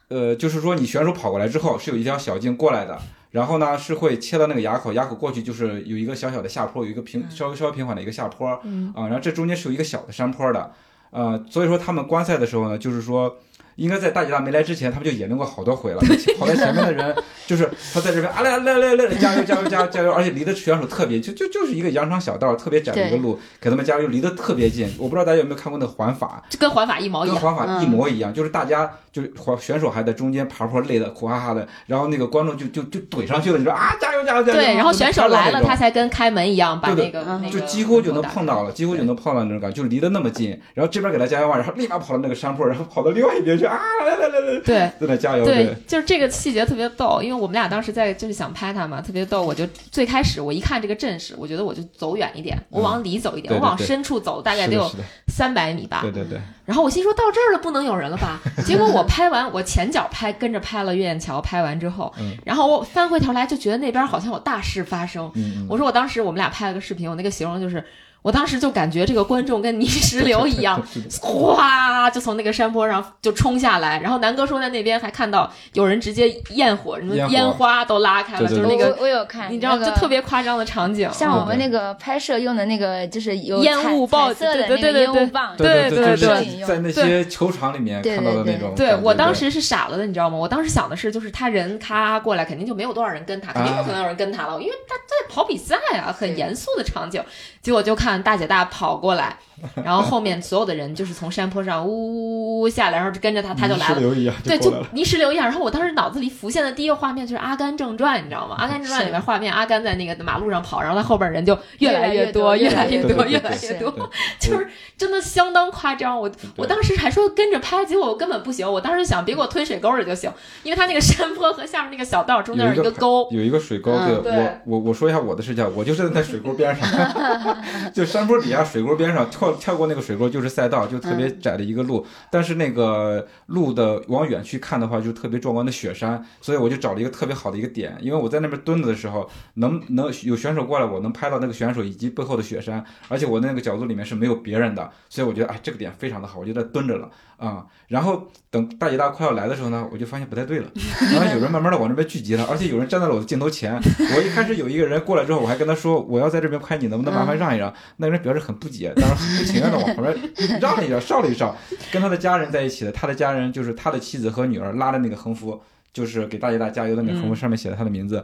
Speaker 1: 呃，就是说你选手跑过来之后，是有一条小径过来的。然后呢，是会切到那个垭口，垭口过去就是有一个小小的下坡，有一个
Speaker 4: 嗯
Speaker 1: 平稍微稍微平缓的一个下坡，
Speaker 2: 嗯
Speaker 1: 啊，然后这中间是有一个小的山坡的，呃，所以说他们观赛的时候呢，就是说。应该在大姐大没来之前，他们就演练过好多回
Speaker 2: (laughs)
Speaker 1: 了。跑在前面的人，就是他在这边啊来来来来，加油加油加油加油！而且离的选手特别，就就就是一个羊肠小道，特别窄的一个路，给他们加油，离得特别近。我不知道大家有没有看过那个环法，
Speaker 2: 就跟环法一毛一
Speaker 1: 跟环
Speaker 2: 样。
Speaker 1: 法一
Speaker 2: 嗯
Speaker 1: 模一样，就是大家就是环选手还在中间爬坡，累得苦哈哈的，然后那个观众就就就怼上去了，你说啊加油加油加油！
Speaker 2: 对，然后选手来了，
Speaker 1: 他。
Speaker 2: 他才跟开门一样，把
Speaker 1: 对对
Speaker 2: 那个
Speaker 4: 嗯
Speaker 2: 那个
Speaker 1: 就几乎就能
Speaker 2: 打开
Speaker 1: 碰到了，几乎就能碰到那种感觉，就离得那么近，然后这边给他加油啊，然后立马跑到那个山坡，然后跑到另外一边去啊，来来来来来，
Speaker 2: 对。
Speaker 1: 在那加油，
Speaker 2: 对，就是这个细节特别逗，因为我们俩当时在就是想拍他嘛，特别逗。我就最开始我一看这个阵势，我觉得我就走远一点，我往里走一点，
Speaker 1: 对对
Speaker 2: 我往
Speaker 1: 对
Speaker 2: 深处走，大概
Speaker 1: 是
Speaker 2: 得
Speaker 1: 的，
Speaker 2: 有
Speaker 1: 是的，
Speaker 2: 三百米吧。
Speaker 1: 对对对，
Speaker 2: 然后我心说到这儿了，不能有人了吧？结果我拍完，我前脚拍跟着拍了岳燕桥，拍完之后
Speaker 5: 嗯，
Speaker 2: 然后我翻回头来就觉得那边好像有大事发生。
Speaker 5: 嗯，
Speaker 2: 我说我当时我们俩拍了个视频，我那个形容就是，我当时就感觉这个观众跟泥石流一
Speaker 1: (laughs)
Speaker 2: 样， (laughs) 哗就从那个山坡上就冲下来。然后南哥说在那边还看到有人直接焰火，什么
Speaker 1: 烟火
Speaker 2: 烟花都拉开了，
Speaker 1: 对对
Speaker 2: 就是那个
Speaker 4: 我我有看，
Speaker 2: 你知道，
Speaker 4: 那
Speaker 2: 就
Speaker 4: 个
Speaker 2: 特别夸张的场
Speaker 1: 嗯
Speaker 2: 景。
Speaker 4: 像我们
Speaker 1: 对
Speaker 4: 那个拍摄用的那个，就是有
Speaker 2: 烟
Speaker 4: 彩
Speaker 2: 雾
Speaker 4: 彩
Speaker 2: 爆
Speaker 4: 色的
Speaker 2: 对
Speaker 4: 那
Speaker 2: 对
Speaker 4: 个
Speaker 2: 对
Speaker 4: 烟
Speaker 2: 对
Speaker 4: 雾棒，
Speaker 1: 对
Speaker 2: 对
Speaker 1: 就
Speaker 4: 对
Speaker 1: 是
Speaker 4: 对
Speaker 1: 在那些球场里面
Speaker 4: 对
Speaker 1: 看到的那种感觉。
Speaker 2: 对我当时是傻了的，你知道吗？我当时想的是，就是他人咔过来，肯定就没有多少人跟他，肯定不可能有人跟
Speaker 1: 啊
Speaker 2: 他了，因为他在跑比赛啊，很严肃的场景。结果就看大姐大跑过来，然后后面所有的人就是从山坡上呜呜呜呜下来，然后就跟着他，他就来
Speaker 1: 泥石
Speaker 2: 了。
Speaker 1: 流一样
Speaker 2: 对，
Speaker 1: 啊就
Speaker 2: 就
Speaker 1: 过来了。
Speaker 2: 泥石流一样。然后我当时脑子里浮现的第一个画面就是《阿甘正传》，你知道吗？《阿甘正传》里面画面，阿甘在那个马路上跑，然后他后边人就越来
Speaker 4: 越来越
Speaker 2: 多，
Speaker 4: 多
Speaker 2: 越来
Speaker 1: 越
Speaker 2: 越
Speaker 1: 来越
Speaker 2: 多，
Speaker 1: 多
Speaker 2: 越来
Speaker 4: 对
Speaker 2: 越
Speaker 4: 对
Speaker 2: 多
Speaker 1: 对，
Speaker 2: (laughs) 就是真的相当夸张。我我当时还说跟着拍，结果我根本不行。我当时想，别给我推水沟里就行，因为他那个山坡和下面那个小道中间
Speaker 1: 有
Speaker 2: 一
Speaker 1: 一
Speaker 2: 个
Speaker 1: 个
Speaker 2: 沟。
Speaker 1: 有一个水沟，
Speaker 4: 嗯
Speaker 2: 对
Speaker 1: 我我我说一下我的视角，我就站在水沟边上， (laughs) 就山坡底下水沟边上跳跳过那个水沟就是赛道，就特
Speaker 2: 嗯
Speaker 1: 别窄的一个路，但是那个路的往远去看的话，就特别壮观的雪山，所以我就找了一个特别好的一个点，因为我在那边蹲着的时候，能能有选手过来，我能拍到那个选手以及背后的雪山，而且我那个角度里面是没有别人的，所以我觉得哎这个点非常的好，我就在蹲着了啊、然后等大姐大快要来的时候呢，我就发现不太对了，然后有人慢慢的往这边聚集了，而且有人站在了我的镜头前。我一开始有一个人过来之后，我还跟他说我要在这边拍你，能不能麻烦让一让？那人表示很不解，但是很不情愿的往旁边让了一让，稍了一稍。跟他的家人在一起的，他的家人就是他的妻子和女儿拉着那个横幅，就是给大姐大加油的那个横幅，上面写了他的名字。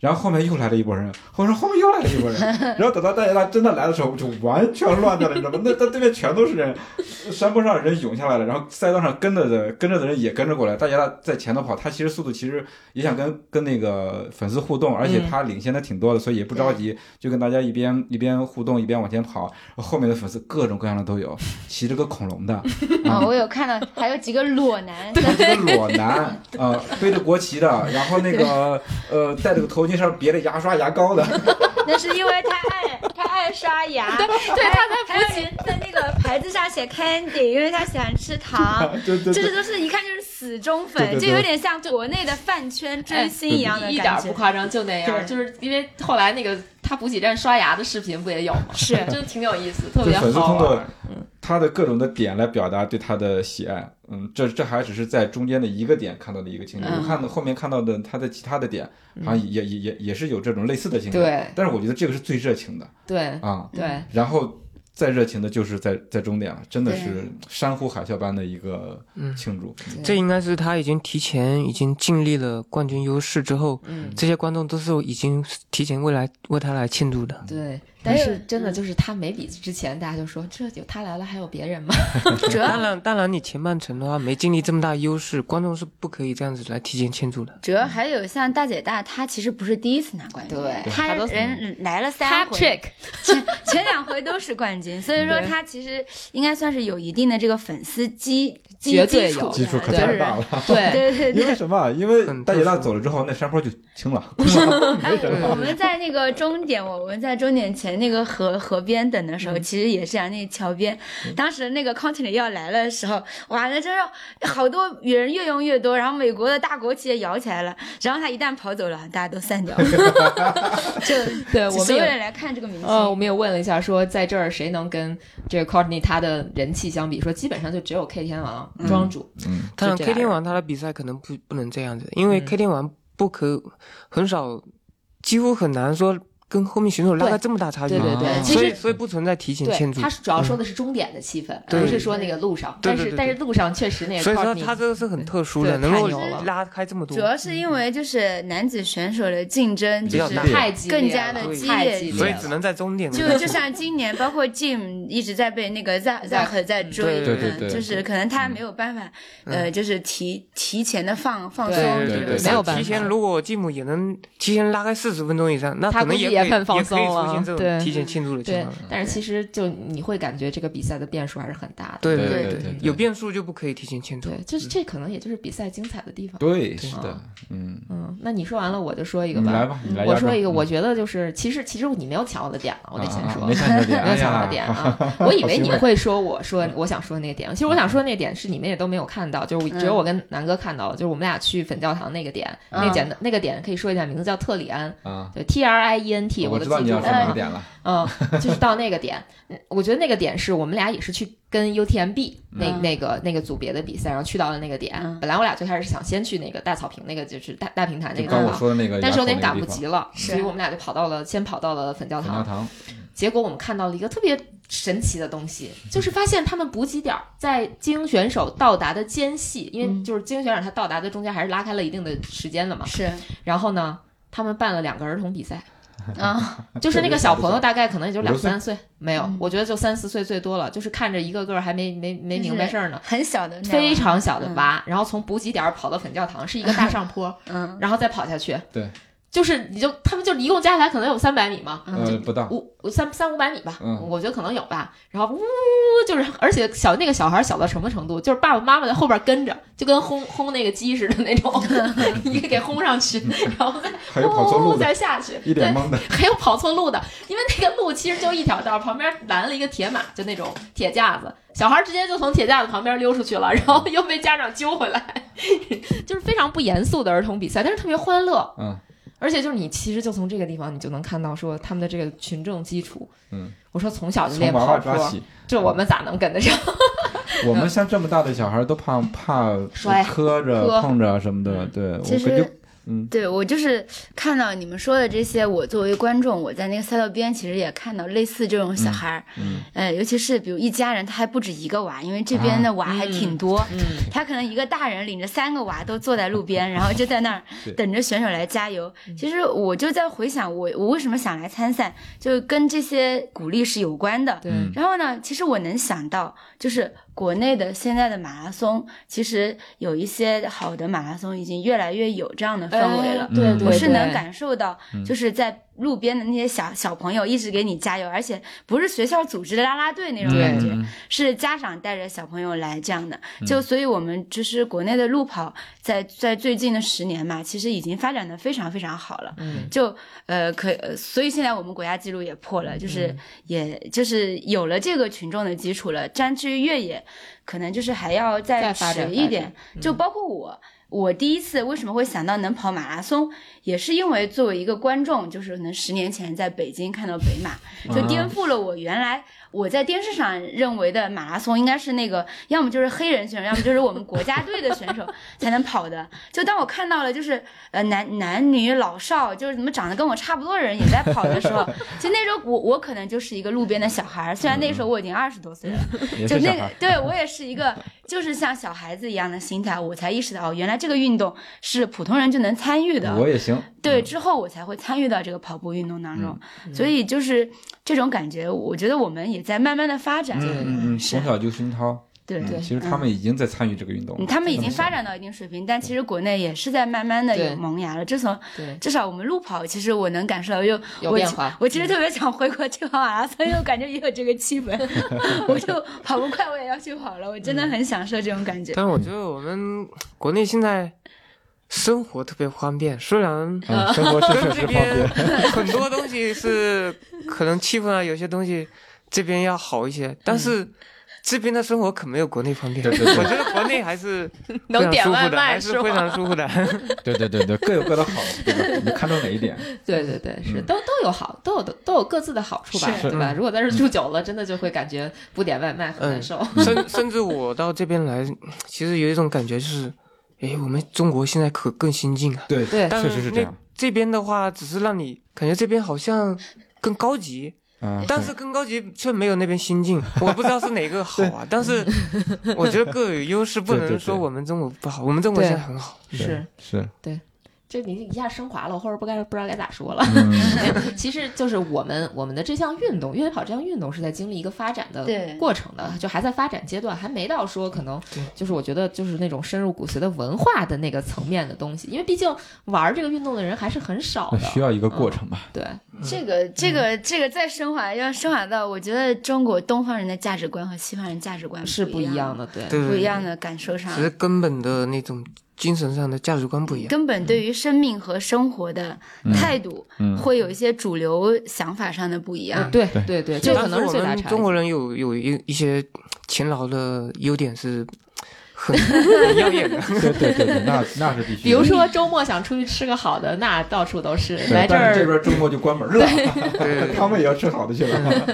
Speaker 1: 然后后面又来了一波人，后面后面又来了一波人，然后等到大姐大真的来的时候，就完全乱掉了，你知道吗？那那对面全都是人，山坡上人涌下来了，然后赛道上跟着的跟着的人也跟着过来，大家在前头跑，他其实速度其实也想跟跟那个粉丝互动，而且他领先的挺多的，所以也不着急，就跟大家一边一边互动一边往前跑。后面的粉丝各种各样的都有，骑着个恐龙的，
Speaker 4: 啊，
Speaker 1: 啊
Speaker 4: 我有看到，还有几个裸男，
Speaker 1: 还是个裸男，呃，背着国旗的，然后那个呃，戴着个头巾上别着牙刷牙膏的， (laughs)
Speaker 4: 那是因为他爱他爱刷牙，对
Speaker 2: 对他
Speaker 4: 才还有人在那个牌子上写 candy，因为他喜欢吃糖。
Speaker 1: 对 (laughs) 对
Speaker 4: 这
Speaker 1: 对
Speaker 4: 是都是一看就是死忠
Speaker 1: 对
Speaker 4: 粉，
Speaker 1: 对
Speaker 4: 就
Speaker 1: 对
Speaker 4: 有点像国内的饭圈追星一样的
Speaker 2: 哎一点
Speaker 4: 感
Speaker 2: 儿不
Speaker 4: 觉。
Speaker 2: 夸张，就那样，
Speaker 4: 对
Speaker 2: 就是因为后来那个他补给站刷牙的视频不也有吗？
Speaker 4: 是
Speaker 2: (laughs) 真的挺有意思，特
Speaker 1: 就
Speaker 2: 别
Speaker 1: 粉丝
Speaker 2: 好
Speaker 1: 通过
Speaker 2: 玩。
Speaker 1: 他的各种的点来表达对他的喜爱，嗯，这这还只是在中间的一个点看到的一个情节，
Speaker 2: 嗯
Speaker 1: 我看到后面看到的他的其他的点，好像也也也也是有这种类似的情节，
Speaker 2: 对
Speaker 1: 但是我觉得这个是最热情的
Speaker 2: 对
Speaker 1: 啊，
Speaker 2: 对，
Speaker 1: 然后。再热情的就是在在终点了，真的
Speaker 4: 对
Speaker 1: 是山呼海啸般的一个
Speaker 3: 嗯
Speaker 1: 庆祝。嗯
Speaker 3: 这应该是他已经提前已经尽力了冠军优势之后，
Speaker 2: 嗯。
Speaker 3: 这些观众都是已经提前未来为他来庆祝的。
Speaker 2: 对，但
Speaker 4: 嗯有嗯
Speaker 2: 是真的就是他没比之前，大家就说这有他来了，还有别人吗？
Speaker 3: (laughs)
Speaker 4: 主
Speaker 3: 当
Speaker 4: 要
Speaker 3: 然，当然，你前半程的话没经历这么大优势，观众是不可以这样子来提前庆祝的。
Speaker 4: 主要还有像大姐大，她其实不是第一次拿冠军，
Speaker 2: 对
Speaker 4: 她
Speaker 2: 她都
Speaker 4: 人来了三回，前 (laughs) 前两回都是冠军，所以说他其实应该算是有一定的这个粉丝基基
Speaker 2: 绝对有
Speaker 4: 础的，
Speaker 1: 基础可
Speaker 4: 对
Speaker 1: 太大了，
Speaker 4: (laughs)
Speaker 2: 对，
Speaker 4: 对对
Speaker 2: (laughs)
Speaker 1: 因
Speaker 4: 对
Speaker 1: 为，什么？因为
Speaker 3: 很
Speaker 1: 大姐大
Speaker 3: 特殊
Speaker 1: 走了之后，那山坡就清了。
Speaker 2: 嗯
Speaker 4: 哎，我我们在那个终点，我们在终点前那个河河边等的时候，
Speaker 2: 嗯
Speaker 4: 其实也是啊，那桥边， (laughs) 当时那个 Continent 要来的时候，哇，那真是好多人越涌越多，然后美国的大国旗也摇起来了，然后他一旦跑走了，大家都散掉了， (laughs)
Speaker 2: (laughs)
Speaker 4: 就
Speaker 2: 对我
Speaker 4: 所
Speaker 2: 们
Speaker 4: 有
Speaker 2: 也。
Speaker 4: 人嗯来看这个明星，
Speaker 2: 呃，我们也问了一下，说在这儿谁能跟这个 Courtney 他的人气相比？说基本上就只有 K 天王庄主，
Speaker 1: 嗯，
Speaker 3: 当然
Speaker 2: 就
Speaker 3: ，K
Speaker 2: 这
Speaker 3: 天
Speaker 2: 样
Speaker 3: 王他的比赛可能不不能这样子，因为
Speaker 2: 嗯
Speaker 3: K 天王不可很少，几乎很难说跟后面选手拉开
Speaker 2: 对
Speaker 3: 这么大差距。
Speaker 2: 对对对
Speaker 1: 啊，
Speaker 2: 其
Speaker 3: 所以
Speaker 2: 实。
Speaker 3: 所以不存在提前
Speaker 2: 对
Speaker 3: 庆，祝
Speaker 2: 他。是主要说的是终点的气氛，
Speaker 3: 嗯对
Speaker 2: 不是说那个路上。
Speaker 3: 对
Speaker 2: 但
Speaker 3: 对
Speaker 2: 是
Speaker 3: 对
Speaker 2: 但是路上确实那个 Courtney，
Speaker 3: 所以说他这个是很特殊的，
Speaker 2: 对
Speaker 3: 能够
Speaker 2: 太牛了
Speaker 3: 拉开这么多
Speaker 4: 主。要是因为就是男子选手的竞争
Speaker 1: 比
Speaker 4: 就
Speaker 3: 较
Speaker 4: 是
Speaker 3: 大
Speaker 2: 太激烈了，
Speaker 4: 更加的激烈
Speaker 2: 太激烈了，
Speaker 3: 所以只能在终点。
Speaker 4: 就就像今年，包括 Jim 一直在被那个 Zack Zack 在追，
Speaker 3: 对对
Speaker 1: 对
Speaker 4: 嗯
Speaker 1: 对
Speaker 4: 就是可能他没有办法，呃，就是提提前的放放松
Speaker 2: 对，
Speaker 3: 对对
Speaker 1: 对
Speaker 3: 对，
Speaker 1: 没
Speaker 2: 有办法
Speaker 3: 提前如果继母也能提前拉开四十分钟以上，那
Speaker 2: 他
Speaker 3: 可
Speaker 2: 估
Speaker 3: 能
Speaker 2: 计
Speaker 3: 可
Speaker 2: 也很放松
Speaker 3: 也可以出
Speaker 2: 了
Speaker 3: 现这，种
Speaker 2: 对
Speaker 3: 提前庆祝的情
Speaker 2: 对
Speaker 3: 况。。
Speaker 2: 但是其实就你会感觉这个比赛的变数还是很大的。
Speaker 3: 对
Speaker 4: 对
Speaker 3: 对
Speaker 4: 对
Speaker 1: 对对
Speaker 3: 有变数就不可以提前庆祝。
Speaker 2: 对，就是这可能也就是比赛精彩的地方。
Speaker 1: 对，是的
Speaker 2: 啊，
Speaker 1: 嗯，
Speaker 2: 嗯，那你说完了，我就说一个
Speaker 1: 你来
Speaker 2: 吧。
Speaker 1: 吧，你来压轴。
Speaker 2: 我说一个，
Speaker 1: 嗯
Speaker 2: 我觉得就是，其实其实你没有抢我的点了，我得先
Speaker 1: 啊
Speaker 2: 说。
Speaker 1: 啊没看着
Speaker 2: (laughs)
Speaker 1: 点，
Speaker 2: 没有
Speaker 1: 哎
Speaker 2: 想
Speaker 1: 呀
Speaker 2: 到点啊！我以为你会说我说
Speaker 1: 嗯
Speaker 2: 我想说那个点，其实我想说那个点是你们也都没有看到，就是我只有我跟南哥看到了，就是我们俩去粉教堂那个点，
Speaker 4: 嗯
Speaker 2: 那个点那个点可以说一下，名字叫特里安，
Speaker 5: 啊，
Speaker 2: 对 T R I E N T，
Speaker 5: 我
Speaker 2: 的
Speaker 5: 知
Speaker 2: 记
Speaker 5: 道你
Speaker 2: 住
Speaker 5: 要
Speaker 2: 了
Speaker 5: 说哪
Speaker 2: 啊
Speaker 5: 个点了，
Speaker 2: 嗯，就是到那个点，嗯我觉得那个点是我们俩也是去跟 UTMB 那、
Speaker 4: 嗯
Speaker 2: 那个那个组别的比赛，然后去到了那个点。
Speaker 4: 嗯
Speaker 2: 本来我俩最开始想先去那个大草坪，那个就是大大平台那
Speaker 1: 就
Speaker 2: 个
Speaker 1: 刚
Speaker 2: 地
Speaker 1: 我
Speaker 2: 方，
Speaker 1: 说的那个，
Speaker 2: 但是有点
Speaker 1: 那
Speaker 2: 赶
Speaker 1: 个
Speaker 2: 不
Speaker 1: 地方
Speaker 2: 及了，
Speaker 4: 是
Speaker 2: 所以我们俩就跑到了先跑到了粉教
Speaker 1: 粉条
Speaker 2: 堂，
Speaker 1: 糖，
Speaker 2: 结果我们看到了一个特别神奇的东西，就是发现他们补给点儿在精英选手到达的间隙，因为
Speaker 4: 嗯
Speaker 2: 就是精英选手他到达的中间还是拉开了一定的时间的嘛，
Speaker 4: 是
Speaker 2: 然后呢，他们办了两个儿童比赛。
Speaker 4: 啊，
Speaker 2: 就是那个小朋友大概可能也就两
Speaker 1: 五六岁
Speaker 2: 三岁，没有
Speaker 4: 嗯，
Speaker 2: 我觉得就三四岁最多了，就是看着一个个还没没没明白事儿呢。
Speaker 4: 很小的嗯那样
Speaker 2: 非常小的娃，然后从补给点儿跑到粉教堂，是一个大上
Speaker 4: (laughs)
Speaker 2: 坡，
Speaker 4: 嗯
Speaker 2: 然后再跑下去。
Speaker 1: 对，
Speaker 2: 就是你就他们就一共加起来可能有三百米嘛，
Speaker 4: 嗯
Speaker 1: 呃，不
Speaker 4: 哦
Speaker 1: 到，
Speaker 2: 五三三五百米吧，
Speaker 1: 嗯
Speaker 2: 我觉得可能有吧。然后呜，就是而且小那个小孩小到什么程度，就是爸爸妈妈在后边跟着，就跟轰轰那个鸡似的那
Speaker 4: (laughs)
Speaker 2: 种， (laughs) 你给轰上去，然后再
Speaker 1: 还有跑错
Speaker 2: 呜
Speaker 1: 路的，
Speaker 2: 再下去，
Speaker 1: 一
Speaker 2: 对
Speaker 1: 脸懵的，
Speaker 2: 还有跑错路的，因为那个路其实就一条道，旁边拦了一个铁马，就那种铁架子，小孩直接就从铁架子旁边溜出去了，然后又被家长揪回来， (laughs) 就是非常不严肃的儿童比赛，但是特别欢乐，
Speaker 1: 嗯，
Speaker 2: 而且就是你其实就从这个地方你就能看到说他们的这个群众基础，
Speaker 1: 嗯，
Speaker 2: 我说从小就
Speaker 1: 从
Speaker 2: 练
Speaker 1: 娃
Speaker 2: 跑
Speaker 1: 娃抓
Speaker 2: 坡，
Speaker 1: 起。
Speaker 2: 这我们咋能跟得上？
Speaker 1: 我
Speaker 4: 嗯
Speaker 1: 们像这么大的小孩都怕怕
Speaker 2: 摔
Speaker 1: 磕
Speaker 2: 磕
Speaker 1: 着碰着什么的，
Speaker 2: 嗯
Speaker 1: 对，我
Speaker 4: 其
Speaker 1: 感
Speaker 4: 实
Speaker 1: 觉，嗯，
Speaker 4: 对我就是看到你们说的这些，我作为观众，我在那个赛道边其实也看到类似这种小孩儿，
Speaker 1: 嗯
Speaker 4: 呃，尤其是比如一家人，他还不止一个娃，因为这边的娃还挺多，
Speaker 2: 嗯，
Speaker 4: 他可能一个大人领着三个娃都坐在路边，然后就在
Speaker 2: (laughs)
Speaker 4: 那儿
Speaker 1: 对
Speaker 4: 等着选手来加油。
Speaker 2: 嗯
Speaker 4: 其实我就在回想我，我为什么想来参赛，就跟这些鼓励是有关的。
Speaker 2: (laughs) 对，
Speaker 1: 嗯
Speaker 4: 然后呢，其实我能想到，就是国内的现在的马拉松，其实有一些好的马拉松已经越来越有这样的氛围了。
Speaker 2: 哎对
Speaker 1: 嗯
Speaker 2: 对，
Speaker 4: 我是
Speaker 2: 对
Speaker 4: 能感受到，
Speaker 1: 嗯
Speaker 4: 就是在路边的那些小小朋友一直给你加油，而且不是学校组织的啦啦队那种
Speaker 2: 对
Speaker 4: 感觉，
Speaker 1: 嗯
Speaker 4: 是家长带着小朋友来这样的，就所以我们就是国内的路跑在在最近的十年嘛，其实已经发展的非常非常好了。
Speaker 2: 嗯，
Speaker 4: 就呃可呃所以现在我们国家纪录也破了，就是、也就是有了这个群众的基础了。但至于越野，可能就是还要
Speaker 2: 再
Speaker 4: 再
Speaker 2: 发展发
Speaker 4: 迟一点
Speaker 2: 展。
Speaker 4: 就包括我，我第一次为什么会想到能跑马拉松，也是因为作为一个观众，就是可能十年前在北京看到北
Speaker 1: (laughs)
Speaker 4: 马，就
Speaker 1: 啊
Speaker 4: 颠覆了我原来我在电视上认为的马拉松应该是那个要么就是黑人选手，要么就是我们国家队的选
Speaker 1: (laughs)
Speaker 4: 手才能跑的。就当我看到了就是呃男男女老少，就是怎么长得跟我差不多的人也在跑的
Speaker 1: (laughs)
Speaker 4: 时候，就那时候我我可能就是一个路边的小孩儿，虽然那时候我已经二十多岁了，
Speaker 1: 嗯也
Speaker 4: 就是
Speaker 1: 小
Speaker 4: 那
Speaker 1: 孩
Speaker 4: 个
Speaker 1: 儿，
Speaker 4: 对我也是一
Speaker 1: (laughs)
Speaker 4: 个就是像小孩子一样的心态，我才意识到哦，原来这个运动是普通人就能参与的。
Speaker 1: 我也行，
Speaker 2: 嗯
Speaker 4: 对，之后我才会参与到这个跑步运动当中，所以就是这种感觉，我觉得我们也在慢慢的发展。
Speaker 1: 嗯嗯嗯，
Speaker 4: 是
Speaker 1: 从小就熏陶，
Speaker 4: 对
Speaker 1: 嗯
Speaker 2: 对
Speaker 1: 其实他们已经在参与这个运动
Speaker 4: 嗯
Speaker 1: 了，
Speaker 4: 他们已经发展到一定水平，但其实国内也是在慢慢的
Speaker 2: 对
Speaker 4: 有萌芽了。至少
Speaker 2: 对，
Speaker 4: 至少我们路跑，其实我能感受到又
Speaker 2: 有
Speaker 4: 我
Speaker 2: 变
Speaker 4: 其
Speaker 2: 化嗯
Speaker 4: 我其实特别想回国去跑马拉松，因为我感觉也有这个
Speaker 2: (laughs)
Speaker 4: 气氛，我就跑不快我也要去跑了，我真的很享受这种感觉。
Speaker 3: 但是我觉得我们国内现在生活特别方便，虽然
Speaker 1: 啊，生活是确
Speaker 4: (laughs)
Speaker 1: 实
Speaker 3: 跟这
Speaker 1: 方
Speaker 3: 边
Speaker 1: 便，
Speaker 3: (laughs) 很多东西是可能气氛啊，有些东西这边要好一
Speaker 2: 嗯
Speaker 3: 些，但是这边的生活可没有国内方便。
Speaker 5: 对对对
Speaker 3: 我觉得国内还是非
Speaker 2: (laughs) 能
Speaker 3: 常
Speaker 2: 点
Speaker 3: 舒
Speaker 2: 外
Speaker 3: 服的，
Speaker 2: 卖
Speaker 3: 还
Speaker 2: 是
Speaker 3: 是
Speaker 2: 吗 (laughs)
Speaker 3: 非？常舒服的。
Speaker 5: 对对对对，各有各的好，对吧？你看中哪一点？
Speaker 2: 对对对，是
Speaker 5: 嗯，
Speaker 2: 都都有好，都有都都有各自的好处吧，
Speaker 4: 是
Speaker 2: 对吧？如果在这住久了，真的就会感觉不点外卖很难受。
Speaker 3: 甚甚至我到这边来，其实有一种感觉就是，诶，我们中国现在可更先进啊。
Speaker 1: 对，
Speaker 2: 对
Speaker 3: 但
Speaker 1: 确实是这
Speaker 3: 那
Speaker 1: 样，
Speaker 3: 这边的话，只是让你感觉这边好像更高级，
Speaker 1: 嗯，
Speaker 3: 但是更高级却没有那边
Speaker 1: (laughs)
Speaker 3: 先进，我不知道是哪个好啊。但是我觉得各有优势，不
Speaker 1: (laughs) 对对
Speaker 3: 能
Speaker 1: 对
Speaker 3: 说我们中国不好，我们中国现在很好。
Speaker 1: 对
Speaker 2: 是，
Speaker 1: 是，
Speaker 2: 这你一下升华了，或者不该不知道该咋说了。
Speaker 1: 嗯，
Speaker 2: 其实就是我们我们的这项运动，越野跑这项运动是在经历一个发展的
Speaker 4: 对
Speaker 2: 过程的，就还在发展阶段，还没到说可能
Speaker 3: 对
Speaker 2: 就是我觉得就是那种深入骨髓的文化的那个层面的东西，因为毕竟玩这个运动的人还是很少
Speaker 1: 那需
Speaker 2: 的。
Speaker 1: 要一个过程吧，
Speaker 2: 对，
Speaker 4: 这个
Speaker 2: 嗯
Speaker 4: 这个这个再升华，要升华到我觉得中国东方人的价值观和西方人价值观
Speaker 2: 是不
Speaker 4: 嗯不
Speaker 2: 一样啊
Speaker 4: 的，
Speaker 2: 的，对。
Speaker 3: 对
Speaker 4: 不一样的感受上
Speaker 3: 只，是根本的那种精神上的价值观不一样。
Speaker 4: 根本对于生命和生活的态度，
Speaker 1: 嗯
Speaker 4: 会有一些主流想法上的不一
Speaker 2: 呃
Speaker 4: 样。
Speaker 2: 对
Speaker 1: 对
Speaker 2: 对对，这可
Speaker 3: 但
Speaker 2: 能是
Speaker 3: 我
Speaker 2: 最大
Speaker 3: 们
Speaker 2: 差异。
Speaker 3: 中国人有有一一些勤劳的优点是
Speaker 2: (laughs)
Speaker 3: 很很耀眼的。
Speaker 1: 对对对对，那那是必须的。
Speaker 2: 比如说周末想出去吃个好的，那到处都是。
Speaker 1: 对，
Speaker 2: 来这
Speaker 1: 但是这
Speaker 2: 儿，
Speaker 1: 边周末就关门了，
Speaker 3: 对，
Speaker 1: 他们也要吃好的去了。 (laughs)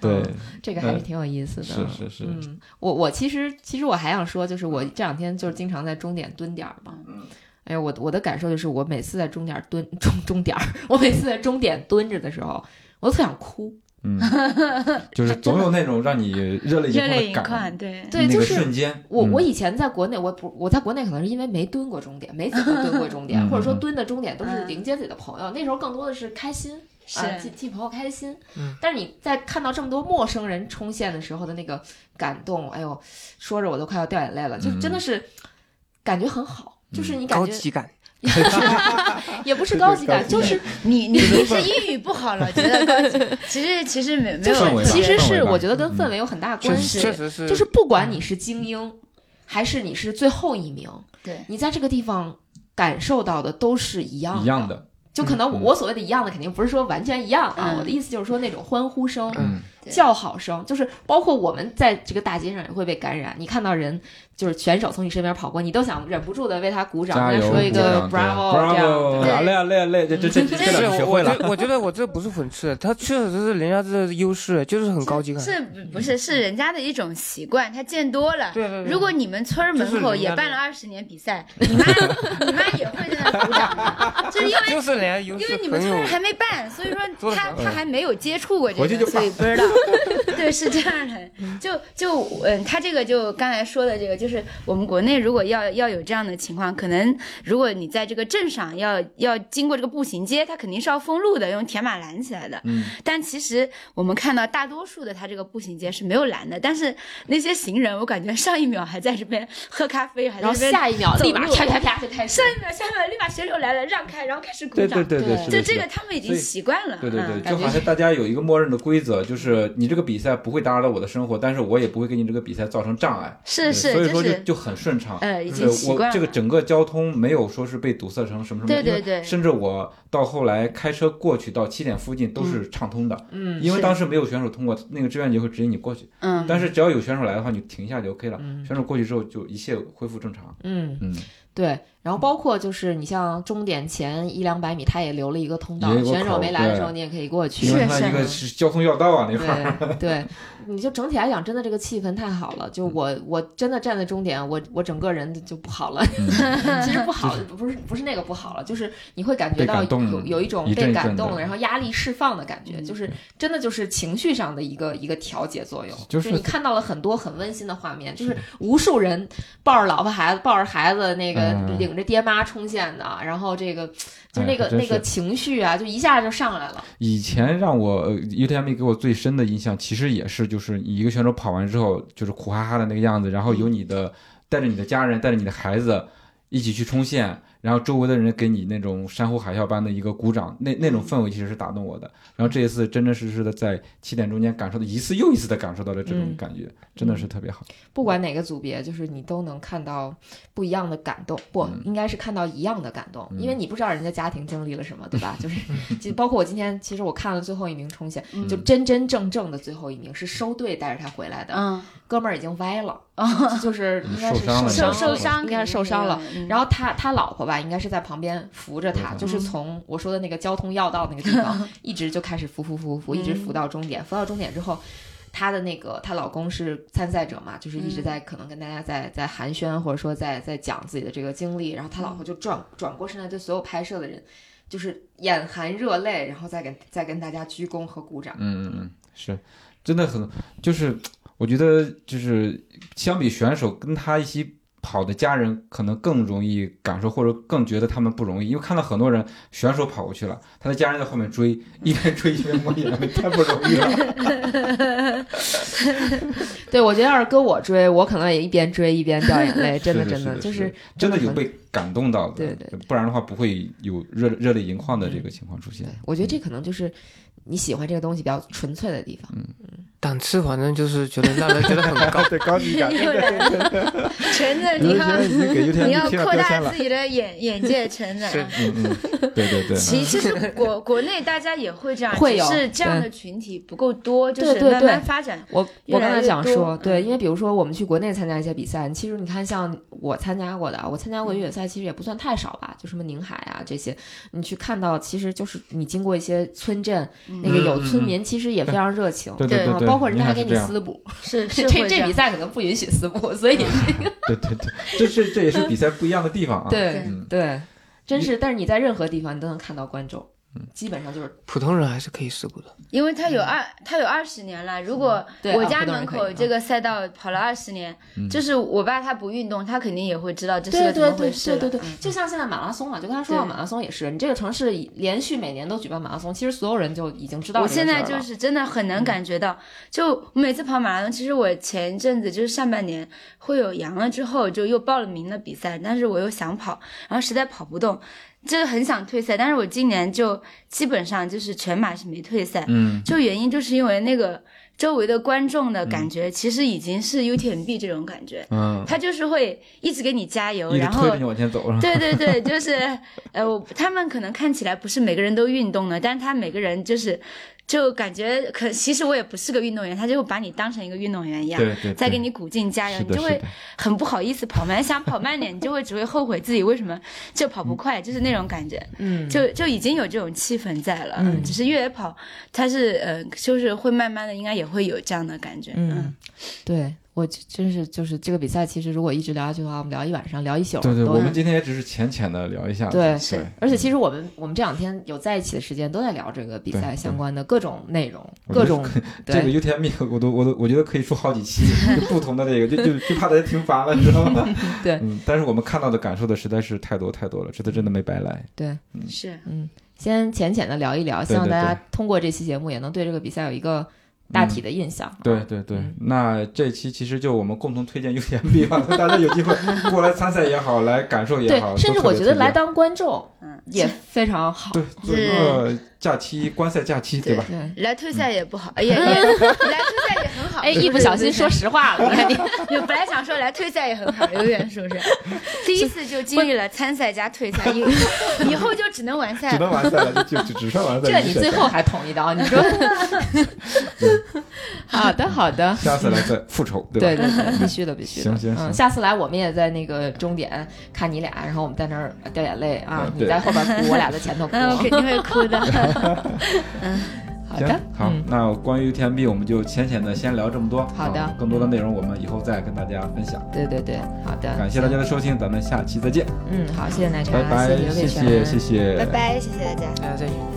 Speaker 1: 对，
Speaker 2: 这个还是挺有意思的。
Speaker 1: 嗯是是是，
Speaker 2: 嗯，我我其实其实我还想说，就是我这两天就是经常在终点蹲点儿嘛。
Speaker 1: 嗯
Speaker 2: 哎呀，我我的感受就是，我每次在终点儿蹲 (laughs) 终终点儿，我每次在终点蹲着的时候，我都特想哭。
Speaker 1: 嗯，就是总有那种让你嗯热泪盈
Speaker 4: 热
Speaker 1: 眶
Speaker 4: 泪
Speaker 1: 的
Speaker 4: 盈
Speaker 1: 感
Speaker 4: 眶，，对，
Speaker 2: 对，
Speaker 1: 那
Speaker 2: 就
Speaker 1: 个
Speaker 2: 是
Speaker 1: 瞬间，
Speaker 2: 我
Speaker 1: 嗯
Speaker 2: 我以前在国内，我不我在国内可能是因为没蹲过终点，没怎么蹲过终点，
Speaker 1: 嗯
Speaker 2: 或者说蹲的终点都是
Speaker 4: 嗯
Speaker 2: 迎接自己的朋友。那时候更多的是开心，
Speaker 4: 是
Speaker 2: 啊、替替朋友开心。
Speaker 3: 嗯
Speaker 2: 但是你在看到这么多陌生人冲线的时候的那个感动，哎呦，说着我都快要掉眼泪了，就
Speaker 1: 嗯
Speaker 2: 真的是感觉很好，就是你感
Speaker 3: 高
Speaker 2: 觉
Speaker 3: 级感，
Speaker 2: 也不是也不是高级感，
Speaker 1: 对
Speaker 2: 就
Speaker 1: 高级
Speaker 2: 是
Speaker 4: 你 (laughs) 你你是英语不好了，觉得高级？其实其实没没
Speaker 2: 就
Speaker 4: 有
Speaker 1: 氛
Speaker 2: 是
Speaker 1: 围
Speaker 4: 问
Speaker 1: 吧
Speaker 4: 题，
Speaker 2: 其实
Speaker 1: 氛围
Speaker 2: 是
Speaker 1: 吧
Speaker 2: 我觉得跟氛围有很大的
Speaker 3: 确
Speaker 2: 关
Speaker 3: 实
Speaker 2: 系，
Speaker 3: 确实是，
Speaker 2: 就是不管你是精英还是你是最后一名，
Speaker 4: 对
Speaker 2: 你在这个地方感受到的都是一样
Speaker 1: 一样。的，
Speaker 2: 就可能我
Speaker 1: 嗯
Speaker 2: 我所谓的一样的，肯定不是说完全一样啊。
Speaker 4: 嗯
Speaker 2: 我的意思就是说那种欢呼声、
Speaker 1: 嗯，
Speaker 4: 对
Speaker 2: 叫好声，就是包括我们在这个大街上也会被感染。你看到人就是选手从你身边跑过，你都想忍不住的为他鼓掌，
Speaker 1: 加
Speaker 2: 跟他
Speaker 1: 油，
Speaker 2: 说一个
Speaker 1: 鼓掌
Speaker 2: bravo 这样。
Speaker 1: bravo，
Speaker 2: 对
Speaker 4: 对
Speaker 1: 啊累啊累啊累啊，这这这 (laughs) 这这
Speaker 3: 是
Speaker 1: 两
Speaker 3: 我
Speaker 1: 句学会了
Speaker 3: 我。觉得我觉得我这不是讽刺，他确实是人家这优势，就是很高级感。
Speaker 4: 是不不是是人家的一种习惯，他见多了。
Speaker 3: 对对对，
Speaker 4: 如果你们村儿门口也办了二十年比赛，你妈你妈也会在那鼓掌的， (laughs) 就是
Speaker 3: (laughs)
Speaker 4: 因为
Speaker 3: 就是人家优
Speaker 4: 因
Speaker 3: 势
Speaker 4: 为你们
Speaker 3: 很
Speaker 4: 村儿
Speaker 3: 有，
Speaker 4: 还没办，所以
Speaker 3: 做
Speaker 4: 说
Speaker 3: 得
Speaker 4: 他
Speaker 3: 很好
Speaker 4: 他还没有接触过这
Speaker 1: 回去就
Speaker 4: 个，
Speaker 1: 办
Speaker 4: 所以不知道。 (laughs) 对，是这样的，就就嗯，他这个就刚才说的这个，就是我们国内如果要要有这样的情况，可能如果你在这个镇上要要经过这个步行街，它肯定是要封路的，用铁马拦起来的。
Speaker 1: 嗯，
Speaker 4: 但其实我们看到大多数的它这个步行街是没有拦的，但是那些行人，我感觉上一秒还在这边喝咖啡，还
Speaker 2: 然后
Speaker 4: 在这边
Speaker 2: 下一秒
Speaker 4: 走
Speaker 2: 立马
Speaker 4: 路
Speaker 2: 啪啪啪就开始
Speaker 4: 上。一秒下一秒立马血流来了，让开，然后开始鼓
Speaker 1: 对
Speaker 4: 掌。
Speaker 1: 对对
Speaker 2: 对
Speaker 1: 是
Speaker 4: 就
Speaker 1: 的，
Speaker 4: 这
Speaker 1: 是
Speaker 4: 个
Speaker 1: 的。
Speaker 4: 他们已经
Speaker 1: 所以
Speaker 4: 习惯了。
Speaker 1: 对对对，
Speaker 4: 嗯
Speaker 2: 感
Speaker 1: 就
Speaker 2: 觉
Speaker 1: 好像大家有一个默认的规则，就是你这个比赛不会打扰到我的生活，但是我也不会给你这个比赛造成障碍，
Speaker 4: 是是，
Speaker 1: 所以说
Speaker 4: 就
Speaker 1: 就是就很顺畅。
Speaker 4: 呃，已
Speaker 1: 就
Speaker 4: 经
Speaker 1: 是
Speaker 4: 习
Speaker 1: 我
Speaker 4: 惯了。
Speaker 1: 这个整个交通没有说是被堵塞成什么什么，
Speaker 4: 对
Speaker 1: 因为
Speaker 4: 对对
Speaker 1: 甚至我到后来开车过去到起点附近都是畅通的，
Speaker 2: (laughs) 嗯，
Speaker 1: 因为
Speaker 4: 是
Speaker 1: 当时没有选手通过，那个志愿者会指引你过去，
Speaker 4: 嗯，
Speaker 1: 但是只要有选手来的话，你停一下就 OK 了，
Speaker 2: 嗯
Speaker 1: 选手过去之后就一切恢复正常。
Speaker 2: 嗯，
Speaker 1: 嗯，
Speaker 2: 对。然后包括就是你像终点前一两百米，他也留了一个通道
Speaker 1: 也，有个
Speaker 2: 选手
Speaker 1: 口
Speaker 2: 没来的时候
Speaker 1: 对
Speaker 2: 你也可以过去。
Speaker 1: 因为它
Speaker 4: 是
Speaker 1: 一个是交通要道啊那块儿，
Speaker 2: 对 (laughs) 对，你就整体来讲，真的这个气氛太好了。就我我真的站在终点，我我整个人就不好了。 (laughs) 其实不好，不是不是那个不好了，就是你会感觉
Speaker 1: 被
Speaker 2: 到
Speaker 1: 感动
Speaker 2: 有有一种
Speaker 1: 一阵
Speaker 2: 被
Speaker 1: 一
Speaker 2: 感
Speaker 1: 阵的嗯
Speaker 2: 动了，然后压力释放的感觉，就是真的就是情绪上的一个一个调节作用。
Speaker 1: 就
Speaker 2: 就是
Speaker 1: 是
Speaker 2: 你看到了很多很温馨的画面，就是无数人抱着老婆孩子，抱着孩子那个
Speaker 1: 嗯
Speaker 2: 领着爹妈冲线的，然后这个就是那
Speaker 1: 哎
Speaker 2: 个
Speaker 1: 还真
Speaker 2: 那个
Speaker 1: 是
Speaker 2: 情绪啊，就一下就上来了。
Speaker 1: 以前让我呃 UTM 给我最深的印象，其实也是就是一个选手跑完之后，就是苦哈哈的那个样子，然后有你的带着你的家人，带着你的孩子一起去冲线，然后周围的人给你那种山呼海啸般的一个鼓掌，那那种氛围其实是打动我的。然后这一次真真实实的在起点中间感受到一次又一次的感受到了这种
Speaker 2: 嗯
Speaker 1: 感觉，真的是特别好。
Speaker 2: 不管哪个组别，就是你都能看到不一样的感动，不、
Speaker 1: 嗯
Speaker 2: 应该是看到一样的感动，
Speaker 1: 嗯
Speaker 2: 因为你不知道人家家庭经历了什么，
Speaker 1: (laughs)
Speaker 2: 对吧？就是，就包括我今天，其实我看了最后一名冲线，
Speaker 1: 嗯
Speaker 2: 就真真正正的最后一名是收队带着他回来
Speaker 1: (laughs)
Speaker 2: 的，
Speaker 4: 嗯，哦
Speaker 2: 哥们儿已经歪了，就是应该是
Speaker 1: 受伤了
Speaker 2: 伤
Speaker 4: 受
Speaker 1: 受受
Speaker 4: 受伤
Speaker 2: 伤，嗯应该是受伤了。。然
Speaker 4: 后
Speaker 2: 后他他老婆吧，应该是在旁边扶着他，
Speaker 1: 嗯
Speaker 2: 就是从我说的那个交通要道那个地 (laughs) 方，一直就开始扶扶扶扶，一直扶到终点。扶到终点之后，她的那个她老公是参赛者嘛，就是一直在可能跟大家在在寒暄，或者说在在讲自己的这个经历。然后他老婆就转转过身来，对所有拍摄的人，就是眼含热泪，然后再给再跟大家鞠躬和鼓掌。
Speaker 1: 嗯嗯嗯，是，真的很，就是我觉得就是相比选手跟他一起跑的家人可能更容易感受，或者更觉得他们不容易，因为看到很多人选手跑过去了，他的家人在后面追，一边追一边抹眼泪，太不容易了。
Speaker 2: 对，我觉得要是搁我追，我可能也一边追一边掉眼 (laughs) 泪， (laughs) 真的
Speaker 1: 是
Speaker 2: 真的
Speaker 1: 是
Speaker 2: 就是是
Speaker 1: 真的
Speaker 2: 真的
Speaker 1: 有
Speaker 2: 很
Speaker 1: 被感动到的，
Speaker 2: 对对对
Speaker 1: 不然的话不会有热热泪盈眶的这个情况出现
Speaker 2: 对。，我觉得这可能就是你喜欢这个东西比较纯粹的地方。
Speaker 3: 档次反正就是觉得让人觉得很
Speaker 1: (laughs)
Speaker 3: 高
Speaker 5: 对高级感，
Speaker 4: 又来了， (laughs) 陈
Speaker 5: (laughs)
Speaker 4: 子，
Speaker 5: 有
Speaker 4: 你
Speaker 5: 人觉
Speaker 4: 要
Speaker 5: 得已
Speaker 4: (laughs)
Speaker 5: 经给 U
Speaker 4: 你
Speaker 5: T
Speaker 4: 要
Speaker 5: 贴上
Speaker 4: 扩
Speaker 5: 标签
Speaker 4: 大
Speaker 5: 了，
Speaker 4: 自己的眼眼界，陈子。
Speaker 3: 是
Speaker 1: 嗯嗯，对对对，
Speaker 4: (laughs) 其其实国国内大家也会这样，
Speaker 2: 会有
Speaker 4: 只是这样的群体不够多，就
Speaker 2: 对
Speaker 4: 是
Speaker 2: 对
Speaker 4: 慢
Speaker 2: 对
Speaker 4: 慢发展。
Speaker 2: 我
Speaker 4: 越
Speaker 2: 我刚
Speaker 4: 来
Speaker 2: 才
Speaker 4: 越
Speaker 2: 想
Speaker 4: 多
Speaker 2: 说，对，
Speaker 4: 嗯
Speaker 2: 因为比如说我们去国内参加一些比赛，其实你看像我参加过的，我参加过
Speaker 4: 嗯
Speaker 2: 越野赛，其实也不算太少吧，就什么宁海啊这些，你去看到，其实就是你经过一些村镇，那个有村民其实也非常热情。
Speaker 1: 嗯对对
Speaker 4: 对
Speaker 1: 对对，
Speaker 2: 包括人家
Speaker 1: 应
Speaker 2: 还
Speaker 1: 该
Speaker 2: 给
Speaker 1: 是
Speaker 2: 你
Speaker 1: 这样。
Speaker 2: 撕补，
Speaker 4: (laughs) 是
Speaker 2: 这
Speaker 4: 是
Speaker 2: 这
Speaker 4: 会
Speaker 2: 这
Speaker 4: 样
Speaker 2: 比赛可能不允许撕补，所以
Speaker 1: 嗯对对对，这这这也是比赛不一样的地方啊。
Speaker 2: 对
Speaker 1: 嗯
Speaker 2: 对，真是，但是你在任何地方你都能看到观众，
Speaker 1: 嗯
Speaker 2: 基本上就是
Speaker 3: 普通人还是可以试过的。
Speaker 4: 因为它有二，它有二十年了。如果
Speaker 2: 嗯对
Speaker 4: 我
Speaker 2: 啊
Speaker 4: 家
Speaker 2: 普通人
Speaker 4: 门
Speaker 2: 可以
Speaker 4: 口
Speaker 2: 嗯
Speaker 4: 这个赛道跑了二十年，
Speaker 5: 嗯
Speaker 4: 就是我爸他不运动，他肯定也会知道这是
Speaker 2: 对
Speaker 4: 个怎
Speaker 2: 对
Speaker 4: 么
Speaker 2: 对
Speaker 4: 回事嗯
Speaker 2: 对
Speaker 4: 了。
Speaker 2: 对对，就像现在马拉松嘛，就刚才说到
Speaker 4: 对
Speaker 2: 马拉松也是，你这个城市连续每年都举办马拉松，其实所有人就已经知道
Speaker 4: 我
Speaker 2: 这个事儿
Speaker 4: 现
Speaker 2: 了。
Speaker 4: 在就是真的很能感觉到，
Speaker 1: 嗯
Speaker 4: 就每次跑马拉松，其实我前一阵子就是上半年会有阳了之后，就又报了名的比赛，但是我又想跑，然后实在跑不动，就是很想退赛，但是我今年就基本上就是全马是没退赛，
Speaker 1: 嗯，
Speaker 4: 就原因就是因为那个周围的观众的感觉，其实已经是 UTMB 这种感觉，
Speaker 1: 嗯，
Speaker 4: 他就是会一直给你加油，
Speaker 1: 一直
Speaker 4: 然后
Speaker 1: 推着你往前走， (laughs) 是吧
Speaker 4: 对对对，就是呃，我他们可能看起来不是每个人都运动的，但是他每个人就是就感觉可，其实我也不是个运动员，他就会把你当成一个运动员一样。
Speaker 1: 对对，
Speaker 4: 再给
Speaker 1: 对
Speaker 4: 你鼓劲加油，
Speaker 1: 是
Speaker 4: 你
Speaker 1: 的
Speaker 4: 就是会
Speaker 1: 的，
Speaker 4: 很不好意思跑慢，想跑慢点，你就会只会后悔自己为什么就跑不快，就是那种感觉，
Speaker 2: 嗯，
Speaker 4: 就就已经有这种气氛在了。
Speaker 2: 嗯
Speaker 4: 只是越野跑，它是呃，就是会慢慢的，应该也会有这样的感觉。
Speaker 2: 嗯，对我就真是就是这个比赛，其实如果一直聊下去的话，我们聊一晚上，聊一宿
Speaker 1: 对对，
Speaker 2: 都
Speaker 1: 我们今天也只是浅浅的聊一下子，
Speaker 2: 对
Speaker 1: 对嗯
Speaker 4: 是
Speaker 2: 而且其实我们我们这两天有在一起的时间，都在聊这个比赛
Speaker 1: 对
Speaker 2: 相关的各种内容，
Speaker 1: 我觉
Speaker 2: 各
Speaker 1: 得
Speaker 2: 种
Speaker 1: (laughs) 这个
Speaker 2: 对
Speaker 1: UTM 我都我都我觉得可以出好几期就不同的这个，就就就怕大家听烦了，你知道吗？
Speaker 2: (laughs) 对
Speaker 1: 嗯，但是我们看到的感受的实在是太多太多了，这次真的没白来。
Speaker 2: 对，
Speaker 4: 是，
Speaker 2: 嗯，先浅浅的聊一聊，希
Speaker 1: 对
Speaker 2: 望
Speaker 1: 对
Speaker 2: 大
Speaker 1: 对嗯
Speaker 2: 家通过这期节目也能对这个比赛有一个大体的印象。
Speaker 1: 对对对
Speaker 2: 嗯，
Speaker 1: 那这期其实就我们共同推荐 UTMB 吧，大家有机会过来参赛也好，来感受也
Speaker 2: 对
Speaker 1: 好，，
Speaker 2: 甚
Speaker 1: 都
Speaker 2: 至
Speaker 1: 特
Speaker 2: 我
Speaker 1: 别
Speaker 2: 觉得
Speaker 1: 推荐
Speaker 2: 来当观众
Speaker 4: 嗯，
Speaker 2: 也非常好。
Speaker 1: 对做一个假期观赛假期对吧？
Speaker 2: 对，
Speaker 4: 来退赛也不好，也也来退赛也很好。
Speaker 2: 哎，一不小心说实话了，你 (laughs) 看你。
Speaker 4: (laughs) 有本来想说来退赛也很好，刘远是不是？第一次就经历了参赛加退赛，以以后就只能完赛
Speaker 5: 只
Speaker 4: 了。
Speaker 5: 能完赛了，就就只剩完赛
Speaker 2: 这
Speaker 5: 了。
Speaker 2: 你最后还捅一刀，你说？ (laughs) 好的，好的，
Speaker 1: 下次来再复仇嗯对吧？
Speaker 2: 对对
Speaker 1: (laughs)
Speaker 2: 对，必须的，必须的。
Speaker 1: 行行
Speaker 2: 嗯，
Speaker 1: 行
Speaker 2: 下次来我们也在那个终点看你俩，然后我们在那儿掉眼泪啊
Speaker 1: 嗯，
Speaker 2: 你
Speaker 1: 对
Speaker 2: 在后边 (laughs) 哭，我俩在前头哭。
Speaker 4: 嗯，我肯定会哭
Speaker 5: (laughs)
Speaker 4: 的。
Speaker 2: 好
Speaker 1: 行
Speaker 2: 的，，
Speaker 1: 好
Speaker 2: 嗯，，
Speaker 1: 那关于 UTMB 我们就浅浅的先聊这么多。
Speaker 2: 好的
Speaker 1: 啊更多的内容我们以后再跟大家分享。
Speaker 2: 对对对，好的，
Speaker 1: 感谢大家的收听，咱们下期再见，
Speaker 2: 嗯嗯，好，谢谢奶茶，
Speaker 1: 拜拜
Speaker 2: 谢，谢刘
Speaker 1: 谢
Speaker 2: 伟晨，
Speaker 1: 谢谢谢，
Speaker 4: 拜，谢谢大家。
Speaker 3: 大家再见。